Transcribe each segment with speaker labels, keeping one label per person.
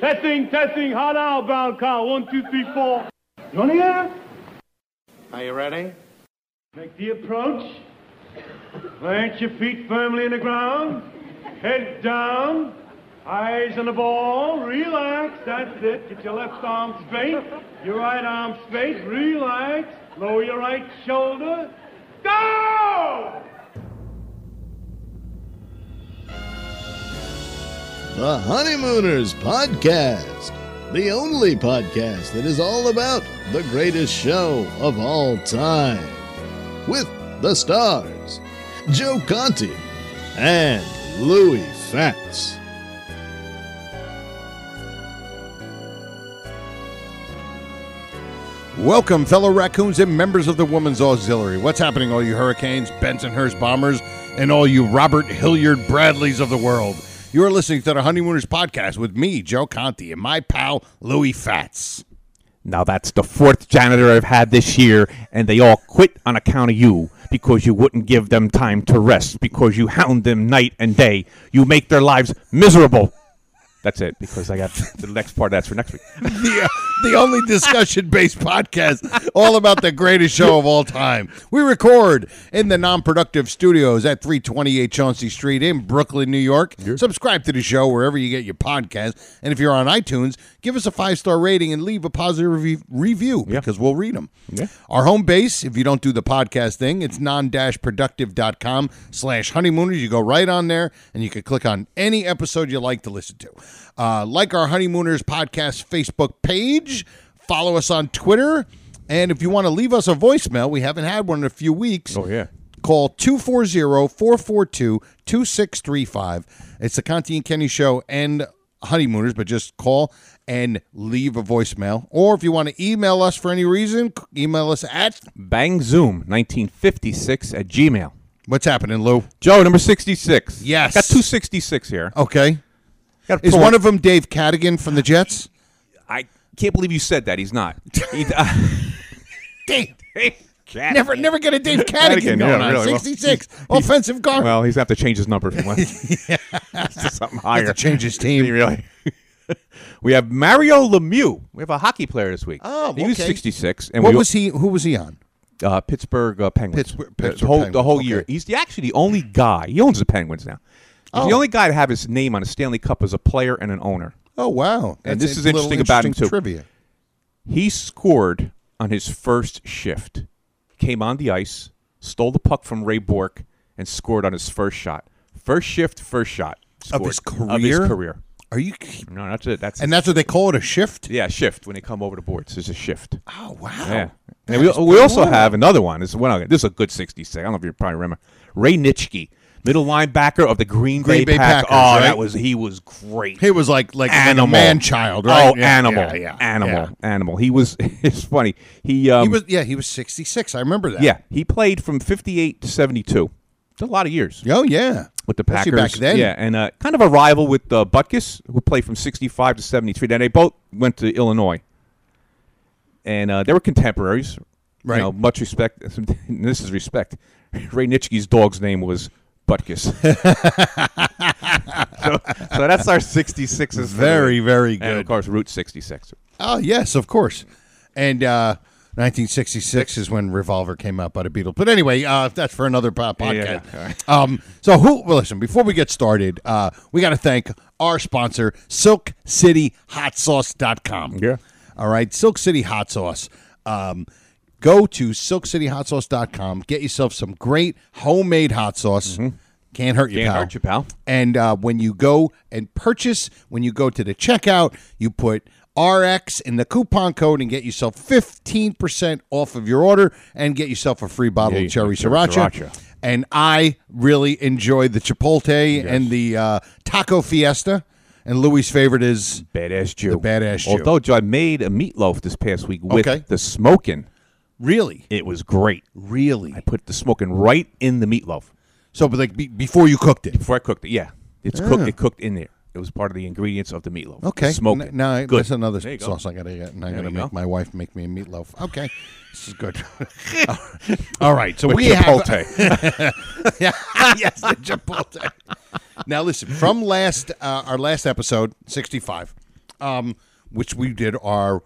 Speaker 1: Testing, testing, hot outbound car. One, two, three, four. You on the air?
Speaker 2: Are you ready?
Speaker 1: Make the approach. Plant your feet firmly in the ground. Head down. Eyes on the ball. Relax. That's it. Get your left arm straight. Your right arm straight. Relax. Lower your right shoulder. Go!
Speaker 3: The Honeymooners Podcast, the only podcast that is all about the greatest show of all time. With the stars, Joe Conti and Louis Fats.
Speaker 4: Welcome, fellow raccoons and members of the Woman's Auxiliary. What's happening, all you Hurricanes, Bensonhurst Bombers, and all you Robert Hilliard Bradleys of the world? You're listening to the Honeymooners Podcast with me, Joe Conti, and my pal, Louis Fats.
Speaker 5: Now that's the fourth janitor I've had this year, and they all quit on account of you because you wouldn't give them time to rest, because you hound them night and day. You make their lives miserable. That's it, because I got the next part, that's for next week.
Speaker 4: The, uh, the only discussion based podcast all about the greatest show of all time. We record in the non productive studios at 328 Chauncey Street in Brooklyn, New York. Subscribe to the show wherever you get your podcast. And if you're on iTunes, give us a five star rating and leave a positive re- review because we'll read them.
Speaker 5: Yeah.
Speaker 4: Our home base, if you don't do the podcast thing, it's non-productive.com slash honeymooners. You go right on there and you can click on any episode you like to listen to. Uh, like our Honeymooners podcast Facebook page, follow us on Twitter, and if you want to leave us a voicemail, we haven't had one in a few weeks.
Speaker 5: Oh, yeah.
Speaker 4: Call 240-442-2635. It's the Conti and Kenny show and honeymooners, but just call and leave a voicemail. Or if you want to email us for any reason, c- email us at
Speaker 5: Bangzoom, 1956 at Gmail.
Speaker 4: what's happening, Lou?
Speaker 5: Joe, number 66.
Speaker 4: Yes.
Speaker 5: Got 266 here.
Speaker 4: Okay.
Speaker 5: Got
Speaker 4: Is
Speaker 5: four.
Speaker 4: one of them Dave Cadigan from the Jets?
Speaker 5: I can't believe you said that. He's not. He,
Speaker 4: Dave.
Speaker 5: Cat-
Speaker 4: Never never get a Dave Cadigan
Speaker 5: Cadigan,
Speaker 4: going
Speaker 5: yeah,
Speaker 4: on.
Speaker 5: really. Well,
Speaker 4: 66. offensive guard.
Speaker 5: Well, he's going to have to change his number if he wants. to something higher.
Speaker 4: to change his team.
Speaker 5: He really. we have Mario Lemieux. We have a hockey player this week.
Speaker 4: Oh,
Speaker 5: he was
Speaker 4: okay.
Speaker 5: 66, and
Speaker 4: what
Speaker 5: we,
Speaker 4: was he who was he on?
Speaker 5: uh, Pittsburgh uh, Penguins.
Speaker 4: Pittsburgh-
Speaker 5: The-
Speaker 4: Pittsburgh
Speaker 5: the whole,
Speaker 4: Penguins,
Speaker 5: The whole
Speaker 4: okay.
Speaker 5: year. He's the, actually the only guy. He owns the Penguins now. He's the only guy to have his name on a Stanley Cup as a player and an owner.
Speaker 4: Oh wow.
Speaker 5: And
Speaker 4: That's
Speaker 5: this
Speaker 4: a
Speaker 5: is
Speaker 4: little
Speaker 5: interesting about him, too.
Speaker 4: Trivia.
Speaker 5: He scored on his first shift, came on the ice, stole the puck from Ray Bork, and scored on his first shot. First shift, first shot.
Speaker 4: Of his
Speaker 5: Scored. Of his
Speaker 4: career?
Speaker 5: career.
Speaker 4: Are you ki-
Speaker 5: No, that's it. That's
Speaker 4: And that's what they call it a shift?
Speaker 5: yeah, shift when they come over the boards. There's a shift.
Speaker 4: Oh wow.
Speaker 5: Yeah, and we, we also have another one. This is one. This is a good 66. I don't know if you probably remember Ray Nitschke, middle linebacker of the Green,
Speaker 4: Green Bay
Speaker 5: Pack-
Speaker 4: Packers,
Speaker 5: Oh,
Speaker 4: right?
Speaker 5: that was he was great.
Speaker 4: He was like like, like a
Speaker 5: animal
Speaker 4: man child, right?
Speaker 5: Oh,
Speaker 4: Yeah,
Speaker 5: animal,
Speaker 4: yeah, yeah,
Speaker 5: animal,
Speaker 4: yeah.
Speaker 5: animal. He was. It's funny. He um,
Speaker 4: He was yeah, he was sixty six. I remember that.
Speaker 5: yeah. He played from 58 to 72. It's a lot of years
Speaker 4: Oh yeah.
Speaker 5: with the
Speaker 4: Especially
Speaker 5: Packers
Speaker 4: back then.
Speaker 5: Yeah, and uh, kind of a rival with uh, Butkus, who played from '65 to '73. Then they both went to Illinois, and uh, they were contemporaries.
Speaker 4: Right.
Speaker 5: You know, much respect. and This is respect. Ray Nitschke's dog's name was Butkus. so, so that's our '66s.
Speaker 4: Very, very
Speaker 5: And
Speaker 4: good.
Speaker 5: of course, Route '66.
Speaker 4: Oh yes, of course. And uh 1966 is when Revolver came out by the Beatles. But anyway, uh, that's for another po-
Speaker 5: Yeah, yeah,
Speaker 4: podcast.
Speaker 5: yeah. All right.
Speaker 4: Um, so, who? Well, listen. Before we get started, uh, we got to thank our sponsor, SilkCityHotSauce.com.
Speaker 5: Yeah.
Speaker 4: All right, Silk City Hot Sauce. Um, go to SilkCityHotSauce.com. Get yourself some great homemade hot sauce.
Speaker 5: Mm-hmm.
Speaker 4: Can't hurt you,
Speaker 5: Can't
Speaker 4: pal.
Speaker 5: hurt you, pal.
Speaker 4: And uh, when you go and purchase, when you go to the checkout, you put RX in the coupon code and get yourself 15% off of your order and get yourself a free bottle
Speaker 5: Yeah,
Speaker 4: of cherry
Speaker 5: cherry
Speaker 4: sriracha.
Speaker 5: sriracha.
Speaker 4: And I really enjoyed the Chipotle and the uh, Taco Fiesta. And Louis' favorite is
Speaker 5: Badass Jew.
Speaker 4: The badass Jew.
Speaker 5: Although Joe, I made a meatloaf this past week with
Speaker 4: Okay.
Speaker 5: the smoking.
Speaker 4: really,
Speaker 5: It was great.
Speaker 4: really.
Speaker 5: I put the smoking right in the meatloaf.
Speaker 4: So, but like be- before you cooked it.
Speaker 5: Before I cooked it, yeah, it's cooked. It cooked in there. It was part of the ingredients of the meatloaf.
Speaker 4: Ah. Okay.
Speaker 5: smoke
Speaker 4: N-
Speaker 5: it.
Speaker 4: now I-
Speaker 5: Good.
Speaker 4: that's another
Speaker 5: There you go.
Speaker 4: sauce I gotta get, and I gotta
Speaker 5: you
Speaker 4: make
Speaker 5: go.
Speaker 4: my wife make me a meatloaf. Okay, this is good. All right, so we have
Speaker 5: Chipotle.
Speaker 4: yeah, yes, the Chipotle. now listen, from last uh, our last episode, sixty-five, um, which we did our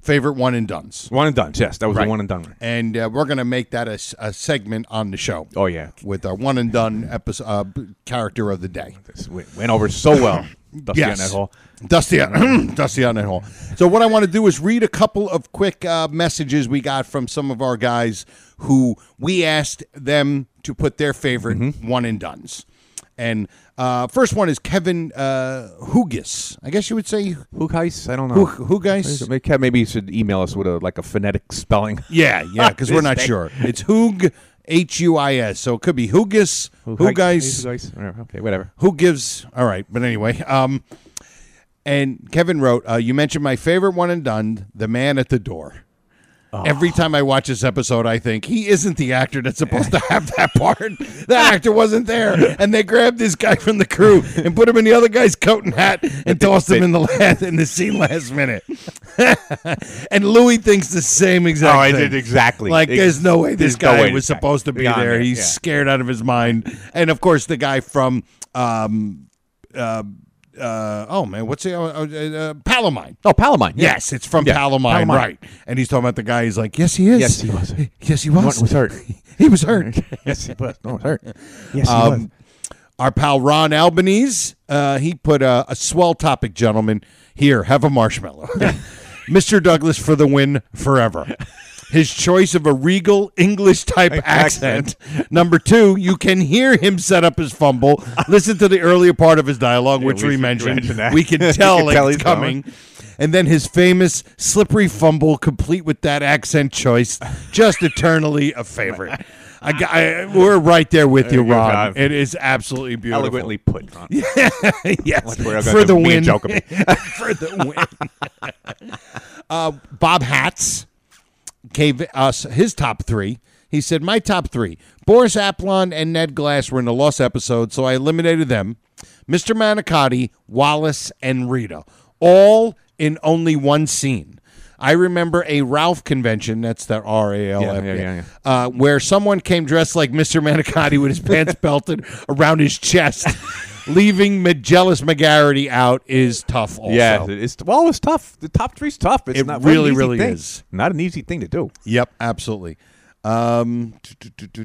Speaker 4: favorite one and done's.
Speaker 5: One and done. Yes, that was
Speaker 4: Right.
Speaker 5: the one and done. one.
Speaker 4: And uh, we're going to make that a, s- a segment on the show.
Speaker 5: Oh, yeah.
Speaker 4: With our one and done episode, uh, b- character of the day.
Speaker 5: This went, went over so well. Dusty
Speaker 4: yes.
Speaker 5: on that hole.
Speaker 4: Dusty on, Dusty on that hole. So what I want to do is read a couple of quick uh, messages we got from some of our guys who we asked them to put their favorite
Speaker 5: Mm-hmm.
Speaker 4: one and duns. And uh, first one is Kevin uh, Hugis. I guess you would say
Speaker 5: Who guys? I don't know.
Speaker 4: Who, Hugis.
Speaker 5: Maybe, maybe you should email us with a like a phonetic spelling.
Speaker 4: Yeah, yeah, because we're
Speaker 5: This
Speaker 4: not
Speaker 5: thing.
Speaker 4: sure. It's Hug, H U I S. So it could be Hugis, Hugis,
Speaker 5: Okay, whatever.
Speaker 4: who gives all right but anyway um and kevin wrote uh, you mentioned my favorite one and done the man at the door Every time I watch this episode, I think he isn't the actor that's supposed to have that part. That actor wasn't there, and they grabbed this guy from the crew and put him in the other guy's coat and hat and tossed him in the last in the scene last minute. and Louis thinks the same exact.
Speaker 5: Oh, I
Speaker 4: thing.
Speaker 5: did exactly.
Speaker 4: Like,
Speaker 5: Ex-
Speaker 4: there's no way this
Speaker 5: there's no
Speaker 4: guy
Speaker 5: way
Speaker 4: was
Speaker 5: this guy-
Speaker 4: supposed to be
Speaker 5: beyond
Speaker 4: there.
Speaker 5: there,
Speaker 4: He's
Speaker 5: yeah.
Speaker 4: scared out of his mind, and of course, the guy from um, uh, uh, oh man, what's the uh, uh, Palomine?
Speaker 5: Oh, Palomine. yeah.
Speaker 4: Yes, it's from
Speaker 5: Yeah,
Speaker 4: Palomine,
Speaker 5: Palomine.
Speaker 4: right? And he's talking about the guy. He's like, "Yes, he is.
Speaker 5: Yes, he was.
Speaker 4: Yes, he
Speaker 5: Norton
Speaker 4: was.
Speaker 5: was hurt.
Speaker 4: he was hurt."
Speaker 5: yes, he was. No, it hurt. Yes, he was.
Speaker 4: Um, our pal Ron Albanese, uh, he put a, a swell topic, gentlemen. Here, have a marshmallow. Mr. Douglas for the win forever. His choice of a regal English type accent. Number two, you can hear him set up his fumble. Listen to the earlier part of his dialogue, which
Speaker 5: we
Speaker 4: we,
Speaker 5: should
Speaker 4: mentioned.
Speaker 5: mention that.
Speaker 4: We can
Speaker 5: You can
Speaker 4: tell
Speaker 5: tell
Speaker 4: it's
Speaker 5: he's
Speaker 4: coming. And then his famous slippery fumble, complete with that accent choice, just eternally a favorite. I, got- I, we're right there with you,
Speaker 5: you go,
Speaker 4: Ron.
Speaker 5: Tom.
Speaker 4: It is absolutely beautiful.
Speaker 5: Eloquently put. Ron.
Speaker 4: yes.
Speaker 5: where I got
Speaker 4: For
Speaker 5: the
Speaker 4: the
Speaker 5: mean
Speaker 4: win.
Speaker 5: joke of it.
Speaker 4: For the win. uh, Bob Hats gave us his top three. He said, My top three. Boris Aplon and Ned Glass were in the lost episode, so I eliminated them. Mr. Manicotti, Wallace, and Rita. All in only one scene. I remember a Ralph convention, that's the R A L F,
Speaker 5: Yeah, yeah, yeah, yeah.
Speaker 4: uh, where someone came dressed like Mr. Manicotti with his pants belted around his chest, leaving Magellan McGarity out is tough. Also,
Speaker 5: Yeah, it's well, it's tough. The top three's tough. It's
Speaker 4: It
Speaker 5: not wasn't an
Speaker 4: really,
Speaker 5: easy
Speaker 4: really
Speaker 5: thing.
Speaker 4: is.
Speaker 5: Not an easy thing to do.
Speaker 4: Yep, absolutely. Um, tu- tu- tu- tu-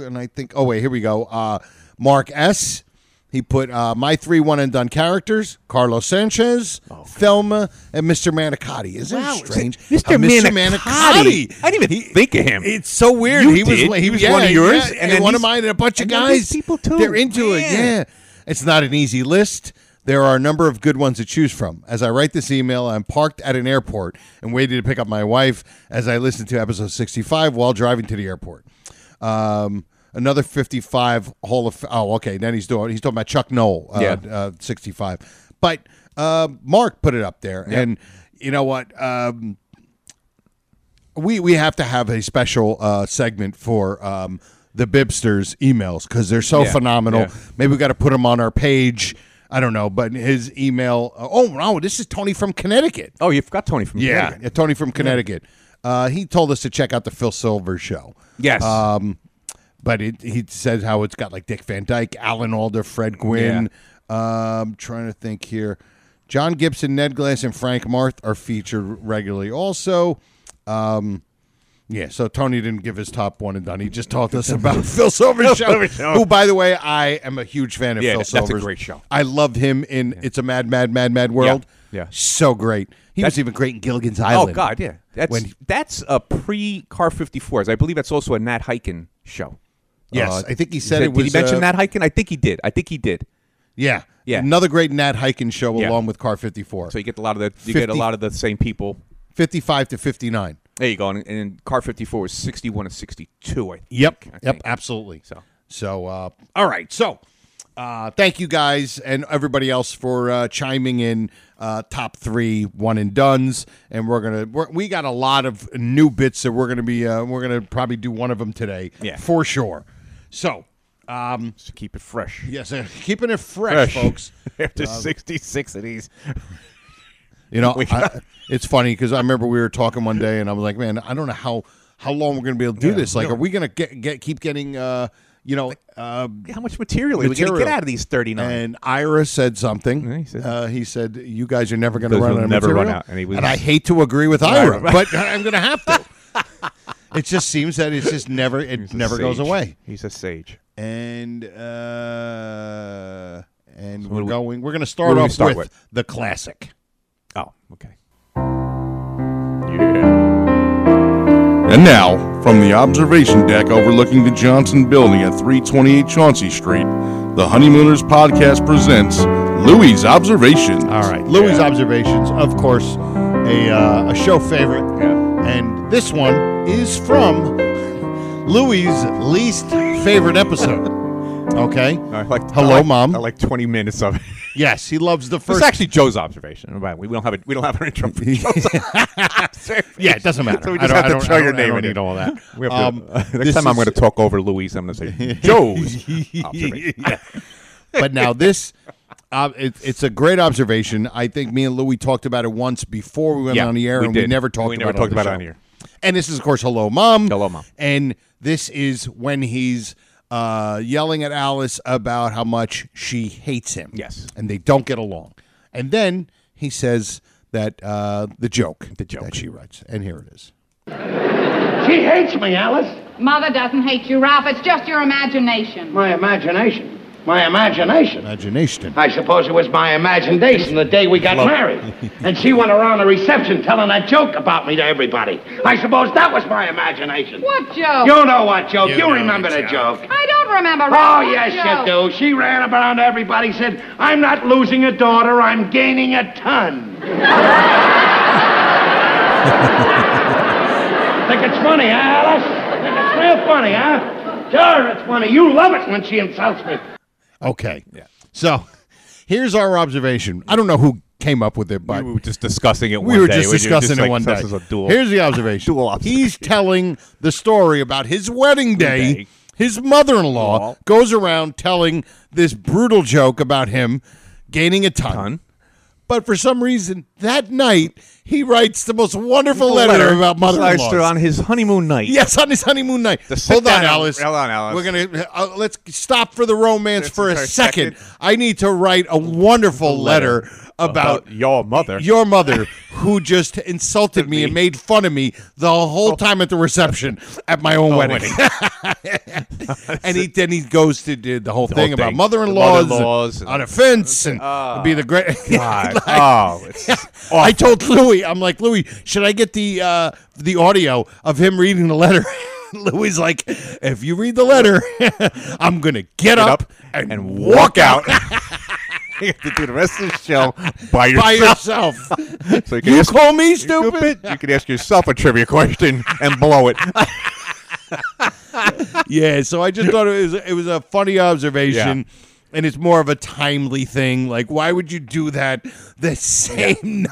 Speaker 4: tu, and I think, oh wait, here we go. Uh, Mark S. He put uh, my three one and done characters: Carlos Sanchez, Thelma, and Mr. Manicotti. Isn't
Speaker 5: Wow,
Speaker 4: it strange?
Speaker 5: is it-
Speaker 4: How
Speaker 5: Mr. Manicotti? I didn't even think of him.
Speaker 4: It's so weird.
Speaker 5: You
Speaker 4: he was
Speaker 5: did.
Speaker 4: he was
Speaker 5: Yeah,
Speaker 4: one of yours,
Speaker 5: yeah,
Speaker 4: and,
Speaker 5: and then
Speaker 4: one of
Speaker 5: these-
Speaker 4: mine, and a bunch of
Speaker 5: and then these
Speaker 4: guys.
Speaker 5: people, too.
Speaker 4: They're into it.
Speaker 5: Man.
Speaker 4: Yeah. It's not an easy list. There are a number of good ones to choose from. As I write this email, I'm parked at an airport and waiting to pick up my wife as I listen to episode 65 while driving to the airport. Um, another 55 Hall of Oh, okay. Then he's doing he's talking about Chuck Knoll, uh,
Speaker 5: Yeah.
Speaker 4: uh, 65. But uh, Mark put it up there, and you know what? Um, we we have to have a special uh, segment for um, the Bibsters emails because they're so
Speaker 5: Yeah,
Speaker 4: phenomenal.
Speaker 5: yeah.
Speaker 4: Maybe we got to put them on our page. I don't know, but his email. Uh, oh no, this is Tony from Connecticut.
Speaker 5: Oh, you forgot Tony from
Speaker 4: Yeah,
Speaker 5: Connecticut.
Speaker 4: yeah, Tony from Connecticut. Uh, he told us to check out the Phil Silver show.
Speaker 5: Yes.
Speaker 4: Um, but it, he said how it's got like Dick Van Dyke, Alan Alder, Fred Gwynn. Um, trying to think here. John Gibson, Ned Glass, and Frank Marth are featured regularly. Also, Um, yeah, so Tony didn't give his top one and done. He just talked us about Phil Silver's show,
Speaker 5: Silver's show.
Speaker 4: who, by the way, I am a huge fan of
Speaker 5: Yeah,
Speaker 4: Phil
Speaker 5: that's a
Speaker 4: Silver's.
Speaker 5: great show.
Speaker 4: I love him in It's a Mad, Mad, Mad, Mad World.
Speaker 5: Yeah, yeah.
Speaker 4: So great. He was even great in Gilligan's
Speaker 5: Oh
Speaker 4: Island.
Speaker 5: God, yeah. That's
Speaker 4: When-
Speaker 5: that's a pre Car 54s. I believe that's also a Nat Hiken show.
Speaker 4: Yes,
Speaker 5: Uh,
Speaker 4: I think he said it
Speaker 5: Did
Speaker 4: was,
Speaker 5: he mention
Speaker 4: uh,
Speaker 5: Nat Hiken? I think he did. I think he did.
Speaker 4: Yeah.
Speaker 5: Yeah.
Speaker 4: Another great Nat Hiken show
Speaker 5: Yeah.
Speaker 4: along with Car 54.
Speaker 5: So you get a lot of the
Speaker 4: 50
Speaker 5: you get a lot of the same people.
Speaker 4: 55 to 59.
Speaker 5: There you go. And, and Car 54 was 61 and 62. I think.
Speaker 4: Yep.
Speaker 5: I
Speaker 4: Yep.
Speaker 5: think.
Speaker 4: Absolutely.
Speaker 5: So.
Speaker 4: So, uh, all right. So, uh, thank you guys and everybody else for uh, chiming in. Uh, top three one and duns, and we're gonna we're, we got a lot of new bits that we're gonna be uh, we're gonna probably do one of them today.
Speaker 5: Yeah.
Speaker 4: for sure. So, um,
Speaker 5: Just keep it fresh.
Speaker 4: yes, uh, keeping it fresh, folks. Uh,
Speaker 5: After 66 of these.
Speaker 4: You know, I, it's funny because I remember we were talking one day, and I was like, "Man, I don't know how how long we're going to be able to do this. Like, are we going to get get keep getting uh, you know, uh,
Speaker 5: How much material are we going to
Speaker 4: Material.
Speaker 5: get out of these 39?
Speaker 4: and Ira said something.
Speaker 5: Yeah, he said-
Speaker 4: uh, he said, "You guys are never going to
Speaker 5: Those
Speaker 4: run
Speaker 5: will
Speaker 4: out of
Speaker 5: never run
Speaker 4: material."
Speaker 5: out, and he was-
Speaker 4: I hate to agree with Ira,
Speaker 5: Ira.
Speaker 4: but I'm going to have to. it just seems that it's just never it
Speaker 5: He's a
Speaker 4: never goes
Speaker 5: sage.
Speaker 4: away.
Speaker 5: He's a sage.
Speaker 4: And uh, and
Speaker 5: do
Speaker 4: we're
Speaker 5: we-
Speaker 4: going. We're going to
Speaker 5: what
Speaker 4: start
Speaker 5: do we
Speaker 4: off
Speaker 5: start
Speaker 4: with,
Speaker 5: with?
Speaker 4: the classic.
Speaker 5: Oh, okay. Yeah.
Speaker 6: And now, from the observation deck overlooking the Johnson Building at 328 Chauncey Street, the Honeymooners Podcast presents Louis' Observations.
Speaker 4: All right, Louis' observations, of course, a uh, a show favorite,
Speaker 5: Yeah.
Speaker 4: and this one is from Louis' least favorite episode. Okay.
Speaker 5: I like,
Speaker 4: Hello,
Speaker 5: I like-
Speaker 4: Mom.
Speaker 5: I like 20 minutes of it.
Speaker 4: Yes, he loves the
Speaker 5: It's
Speaker 4: first.
Speaker 5: actually Joe's observation. Right, We we don't have a, we don't have an intro. For Joe's observation.
Speaker 4: yeah, it doesn't matter.
Speaker 5: So we
Speaker 4: I
Speaker 5: just
Speaker 4: don't- I
Speaker 5: have to
Speaker 4: don't-
Speaker 5: throw
Speaker 4: I
Speaker 5: your
Speaker 4: don't- I
Speaker 5: name
Speaker 4: don't
Speaker 5: in
Speaker 4: need
Speaker 5: it.
Speaker 4: all that.
Speaker 5: We have to-
Speaker 4: Um,
Speaker 5: uh, next
Speaker 4: this
Speaker 5: time I'm going to
Speaker 4: is-
Speaker 5: talk over Louise. I'm going to say Joe's observation.
Speaker 4: but now this, uh, it, it's a great observation. I think me and Louis talked about it once before we went
Speaker 5: Yeah,
Speaker 4: on the air,
Speaker 5: we
Speaker 4: and we
Speaker 5: did.
Speaker 4: never talked
Speaker 5: We
Speaker 4: about
Speaker 5: never
Speaker 4: it
Speaker 5: talked
Speaker 4: on the
Speaker 5: about it
Speaker 4: show.
Speaker 5: on here.
Speaker 4: And this is, of course, hello, mom.
Speaker 5: Hello, Mom.
Speaker 4: And this is when he's uh, yelling at Alice about how much she hates him.
Speaker 5: Yes.
Speaker 4: and they don't get along. And then he says that uh, the joke, the joke that she writes, and here it is.
Speaker 7: She hates me, Alice.
Speaker 8: Mother doesn't hate you, Ralph. It's just your imagination.
Speaker 7: My imagination. My imagination.
Speaker 4: Imagination.
Speaker 7: I suppose it was my imagination the day we got married. and she went around the reception telling a joke about me to everybody. I suppose that was my imagination.
Speaker 8: What joke?
Speaker 7: You know what joke. You,
Speaker 4: know
Speaker 7: remember
Speaker 4: the
Speaker 7: the joke.
Speaker 8: I don't remember,
Speaker 7: Oh,
Speaker 8: Ralph. What
Speaker 7: yes,
Speaker 8: joke?
Speaker 7: you do. She ran around to everybody, said, I'm not losing a daughter, I'm gaining a ton. Think it's funny, huh, Alice? Think it's real funny, huh? Sure, it's funny. You love it when she insults me.
Speaker 4: Okay. Yeah. So here's our observation. I don't know who came up with it, but
Speaker 5: We were just discussing it.
Speaker 4: we
Speaker 5: one
Speaker 4: were
Speaker 5: day.
Speaker 4: just
Speaker 5: We
Speaker 4: discussing it
Speaker 5: like,
Speaker 4: one day.
Speaker 5: This is a dual.
Speaker 4: Here's the observation.
Speaker 5: dual observation.
Speaker 4: He's telling the story about his wedding day.
Speaker 5: Day.
Speaker 4: His mother-in-law goes around telling this brutal joke about him gaining a ton.
Speaker 5: Ton.
Speaker 4: But for some reason, that night he writes the most wonderful letter, about
Speaker 5: Sliced her
Speaker 4: mother-in-law.
Speaker 5: on his honeymoon night.
Speaker 4: Yes, on his honeymoon night.
Speaker 5: The sit
Speaker 4: Hold on,
Speaker 5: down.
Speaker 4: Alice.
Speaker 5: Hold on, Alice.
Speaker 4: We're gonna uh, let's stop for the romance
Speaker 5: This
Speaker 4: for a
Speaker 5: is our
Speaker 4: second.
Speaker 5: second-
Speaker 4: I need to write a wonderful letter, about,
Speaker 5: about your mother.
Speaker 4: your mother, who just insulted me and made fun of me the
Speaker 5: Oh.
Speaker 4: whole time at the reception at my own wedding. and he then he goes to do the whole thing
Speaker 5: whole
Speaker 4: about
Speaker 5: thing.
Speaker 4: mother-in-laws,
Speaker 5: Mother-in-laws Ah.
Speaker 4: on a fence and be the great.
Speaker 5: God. oh, it's
Speaker 4: I told Louis, I'm like, Louis, should I get the uh, the audio of him reading the letter? Louis like, if you read the letter, I'm gonna get, up,
Speaker 5: up
Speaker 4: and,
Speaker 5: and
Speaker 4: walk
Speaker 5: walk
Speaker 4: out
Speaker 5: out you have to do the rest of the show by yourself.
Speaker 4: by yourself.
Speaker 5: So you can
Speaker 4: you
Speaker 5: ask,
Speaker 4: call me
Speaker 5: you're
Speaker 4: stupid?
Speaker 5: You can ask yourself a trivia question and blow it.
Speaker 4: Yeah. So I just thought it was it was a funny observation. And it's more of a timely thing. Like, why would you do that the same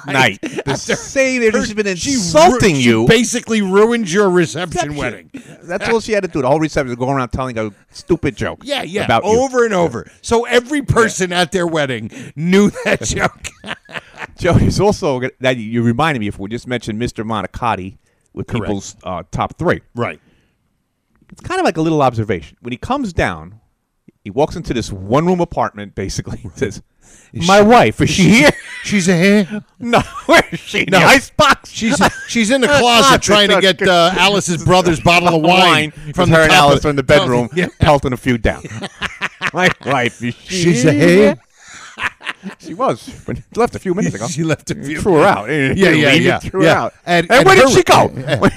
Speaker 4: night?
Speaker 5: Night. The same. They've just been
Speaker 4: She ru-
Speaker 5: insulting
Speaker 4: she
Speaker 5: you.
Speaker 4: basically ruined your reception
Speaker 5: Reception.
Speaker 4: wedding.
Speaker 5: That's all she had to do. The whole reception go around telling a stupid joke.
Speaker 4: Yeah, yeah.
Speaker 5: About you.
Speaker 4: over and over. So every person at their wedding knew that joke.
Speaker 5: Joe is also gonna- that you- you reminded me if we just mentioned Mr. Monacotti with people's uh, top three.
Speaker 4: right.
Speaker 5: It's kind of like a little observation. When he comes down, he walks into this one room apartment. Basically, He says, "My wife is she here?
Speaker 4: She's a hair.
Speaker 5: no, where is she? No.
Speaker 4: No.
Speaker 5: The icebox.
Speaker 4: She's she's in the closet trying to get uh, Alice's brother's bottle of wine,
Speaker 5: from
Speaker 4: from
Speaker 5: her
Speaker 4: the
Speaker 5: and
Speaker 4: top
Speaker 5: Alice
Speaker 4: of-
Speaker 5: are in the bedroom,
Speaker 4: Yeah.
Speaker 5: pelting a few down. My wife is she?
Speaker 4: She's a hair.
Speaker 5: She was but she left a few minutes ago.
Speaker 4: She left a
Speaker 5: You
Speaker 4: few-
Speaker 5: Threw her out.
Speaker 4: Yeah, yeah, yeah,
Speaker 5: Threw
Speaker 4: yeah.
Speaker 5: her out.
Speaker 4: And-
Speaker 5: And,
Speaker 4: and
Speaker 5: where
Speaker 4: her-
Speaker 5: did she go?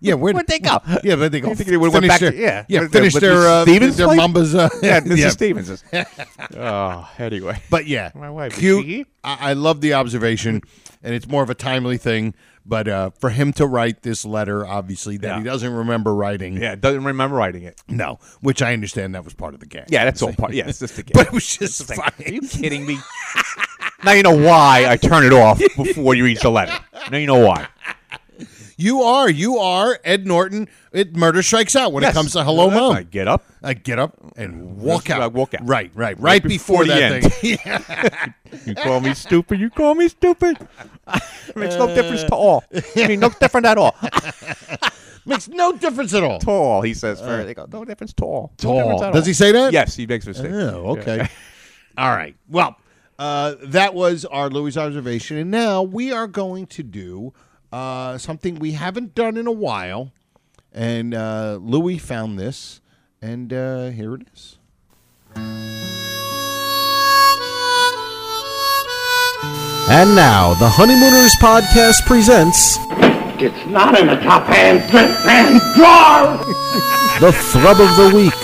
Speaker 4: Yeah, where
Speaker 5: Where'd they go?
Speaker 4: Yeah, where'd they go?
Speaker 5: You think they would've went
Speaker 4: Finish
Speaker 5: back
Speaker 4: their,
Speaker 5: to- yeah.
Speaker 4: yeah.
Speaker 5: With-
Speaker 4: Finish
Speaker 5: with
Speaker 4: their
Speaker 5: Mrs.
Speaker 4: uh,
Speaker 5: Stevens'
Speaker 4: their
Speaker 5: place?
Speaker 4: mamba's. Uh,
Speaker 5: yeah, Mrs.
Speaker 4: yeah.
Speaker 5: Stevens. Is, oh, anyway.
Speaker 4: But yeah,
Speaker 5: My wife, is
Speaker 4: cute.
Speaker 5: she?
Speaker 4: I, I love the observation, and it's more of a timely thing. But uh, for him to write this letter, obviously that he
Speaker 5: Yeah.
Speaker 4: doesn't remember writing.
Speaker 5: Yeah, doesn't remember writing it.
Speaker 4: No, which I understand that was part of the gag.
Speaker 5: Yeah, that's all part. Yeah, it's just a game.
Speaker 4: but it was just funny.
Speaker 5: Are you kidding me? now you know why I turn it off before you read the letter. Now you know why.
Speaker 4: You are, you are Ed Norton. It murder strikes out when
Speaker 5: Yes. Oh
Speaker 4: it comes to hello
Speaker 5: That's
Speaker 4: mom.
Speaker 5: right. get up.
Speaker 4: I get up and walk
Speaker 5: That's
Speaker 4: out.
Speaker 5: right, walk out.
Speaker 4: Right, right, right,
Speaker 5: Right
Speaker 4: before,
Speaker 5: before the
Speaker 4: that
Speaker 5: end.
Speaker 4: thing. Yeah.
Speaker 5: You call me stupid. You call me stupid. It makes no difference to all. I mean, no different at all.
Speaker 4: Makes no difference at all.
Speaker 5: Tall, he says. first. they go, no difference, tall. No
Speaker 4: Uh,
Speaker 5: difference
Speaker 4: Tall.
Speaker 5: at
Speaker 4: Does
Speaker 5: all."
Speaker 4: he say that?
Speaker 5: Yes, he makes a mistake.
Speaker 4: Oh, okay. All right. Well, uh, that was our Louis observation, and now we are going to do uh, something we haven't done in a while, and uh, Louis found this, and uh, here it is.
Speaker 9: And now, the Honeymooners Podcast presents
Speaker 7: It's not in the top hand, print hand drawer.
Speaker 9: the Thrub of the Week.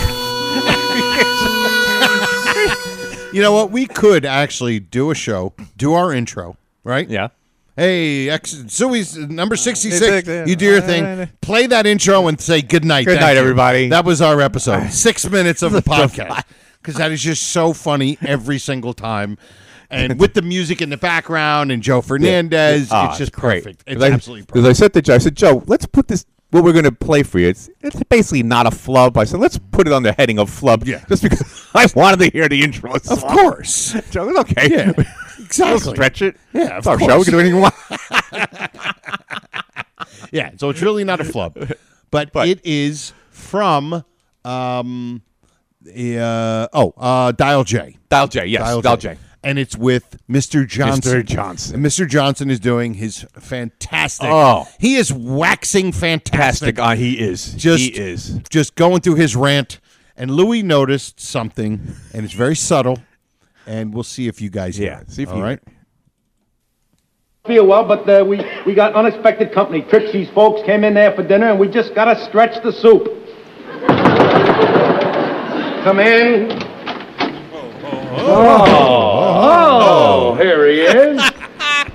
Speaker 4: You know what? We could actually do a show, do our intro, right?
Speaker 5: Yeah.
Speaker 4: Hey, ex- Suey's number 66.
Speaker 5: it's like, uh,
Speaker 4: you do your
Speaker 5: uh,
Speaker 4: thing. Play that intro and say good night.
Speaker 5: Good
Speaker 4: Thank
Speaker 5: night,
Speaker 4: you.
Speaker 5: everybody.
Speaker 4: That was our episode. Six minutes of the podcast. Because that is just so funny every single time. And with the music in the background and Joe Fernandez,
Speaker 5: Ah,
Speaker 4: it's just
Speaker 5: great.
Speaker 4: perfect.
Speaker 5: 'Cause
Speaker 4: It's
Speaker 5: I,
Speaker 4: absolutely
Speaker 5: 'cause
Speaker 4: perfect.
Speaker 5: I said to Joe, I said, Joe, let's put this. What we're going to play for you, it's it's basically not a flub. I said, let's put it on the heading of flub,
Speaker 4: Yeah.
Speaker 5: just because I wanted to hear the intro. It's
Speaker 4: Of
Speaker 5: flub.
Speaker 4: course.
Speaker 5: Joe, it's okay.
Speaker 4: Yeah,
Speaker 5: we'll
Speaker 4: exactly.
Speaker 5: stretch it.
Speaker 4: Yeah,
Speaker 5: it's
Speaker 4: of
Speaker 5: our show. We
Speaker 4: course.
Speaker 5: can do anything we want.
Speaker 4: Yeah, so it's really not a flub, but,
Speaker 5: But-
Speaker 4: it is from um, the, uh, oh uh, Dial J.
Speaker 5: Dial J, yes, Dial, J.
Speaker 4: and it's with Mr. Johnson.
Speaker 5: Mr. Johnson.
Speaker 4: And Mr. Johnson is doing his fantastic.
Speaker 5: Oh.
Speaker 4: he is waxing fantastic.
Speaker 5: Fantastic. Uh, he is.
Speaker 4: Just
Speaker 5: he is.
Speaker 4: just going through his rant, and Louis noticed something, and it's very subtle. And we'll see if you guys hear
Speaker 5: Yeah,
Speaker 4: it.
Speaker 5: see if you
Speaker 4: all
Speaker 5: hear
Speaker 4: right.
Speaker 5: it.
Speaker 10: feel well, but uh, we, we got unexpected company. Trixie's folks came in there for dinner, and we just got to stretch the soup.
Speaker 7: Come in. Oh, here he is.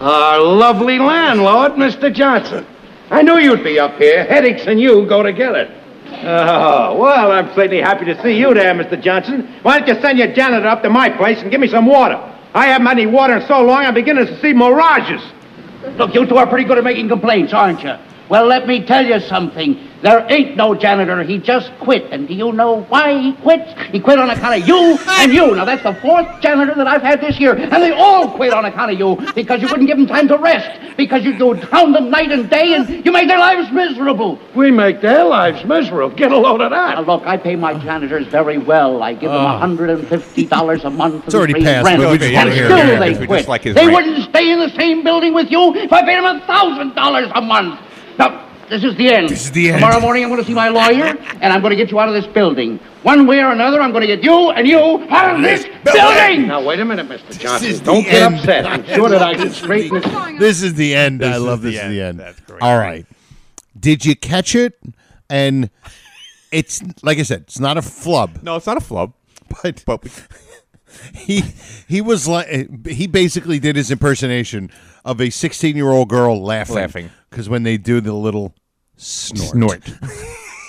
Speaker 7: Our lovely landlord, Mr. Johnson. I knew you'd be up here. Headaches and you go together. Oh, well, I'm certainly happy to see you there, Mr. Johnson. Why don't you send your janitor up to my place and give me some water? I haven't had any water in so long, I'm beginning to see mirages.
Speaker 10: Look, you two are pretty good at making complaints, aren't you? Well, let me tell you something. There ain't no janitor. He just quit. And do you know why he quit? He quit on account of you and you. Now, that's the fourth janitor that I've had this year. And they all quit on account of you because you wouldn't give them time to rest, because you, you hound them night and day, and you made their lives miserable.
Speaker 7: We make their lives miserable. Get a load of
Speaker 10: Now,
Speaker 7: that.
Speaker 10: Ah, look, I pay my janitors very well. I give them $150 a month. It's
Speaker 4: Ah. already passed,
Speaker 10: Rent.
Speaker 4: but we just wanna
Speaker 10: And
Speaker 4: hear it.
Speaker 10: still
Speaker 4: Yeah,
Speaker 5: because
Speaker 10: they
Speaker 5: we
Speaker 10: quit.
Speaker 5: just like his
Speaker 10: they
Speaker 5: rant.
Speaker 10: wouldn't stay in the same building with you if I paid them $1,000 a month. Now, this is the end. This
Speaker 4: is the end.
Speaker 10: Tomorrow morning I'm going to see my lawyer, and I'm going to get you out of this building. One way or another, I'm going to get you and you out of this building!
Speaker 7: Now, wait a minute, Mr. Johnson.
Speaker 4: is the
Speaker 7: Don't get
Speaker 4: end.
Speaker 7: upset. I'm sure that I can straighten it.
Speaker 4: This is the end. I love this is the end. That's great. All right. Did you catch it? And it's like I said, it's not a flub,
Speaker 5: No, it's not a flub.
Speaker 4: but
Speaker 5: But we,
Speaker 4: he he was like he basically did his impersonation of a 16 year old girl laughing
Speaker 5: Laughing.
Speaker 4: because when they do the little snort,
Speaker 5: snort.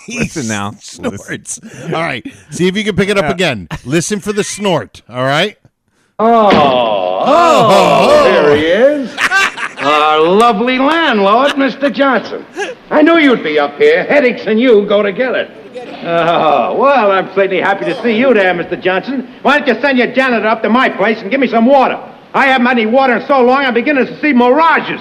Speaker 4: he
Speaker 5: Listen now.
Speaker 4: snorts all right see if you can pick it up
Speaker 5: Uh,
Speaker 4: again listen for the snort all right
Speaker 7: Oh, There he is. Our lovely landlord, Mr. Johnson. I knew you'd be up here. Headaches and you go together. Oh, well, I'm certainly happy to see you there, Mr. Johnson. Why don't you send your janitor up to my place and give me some water? I haven't had any water in so long, I'm beginning to see mirages.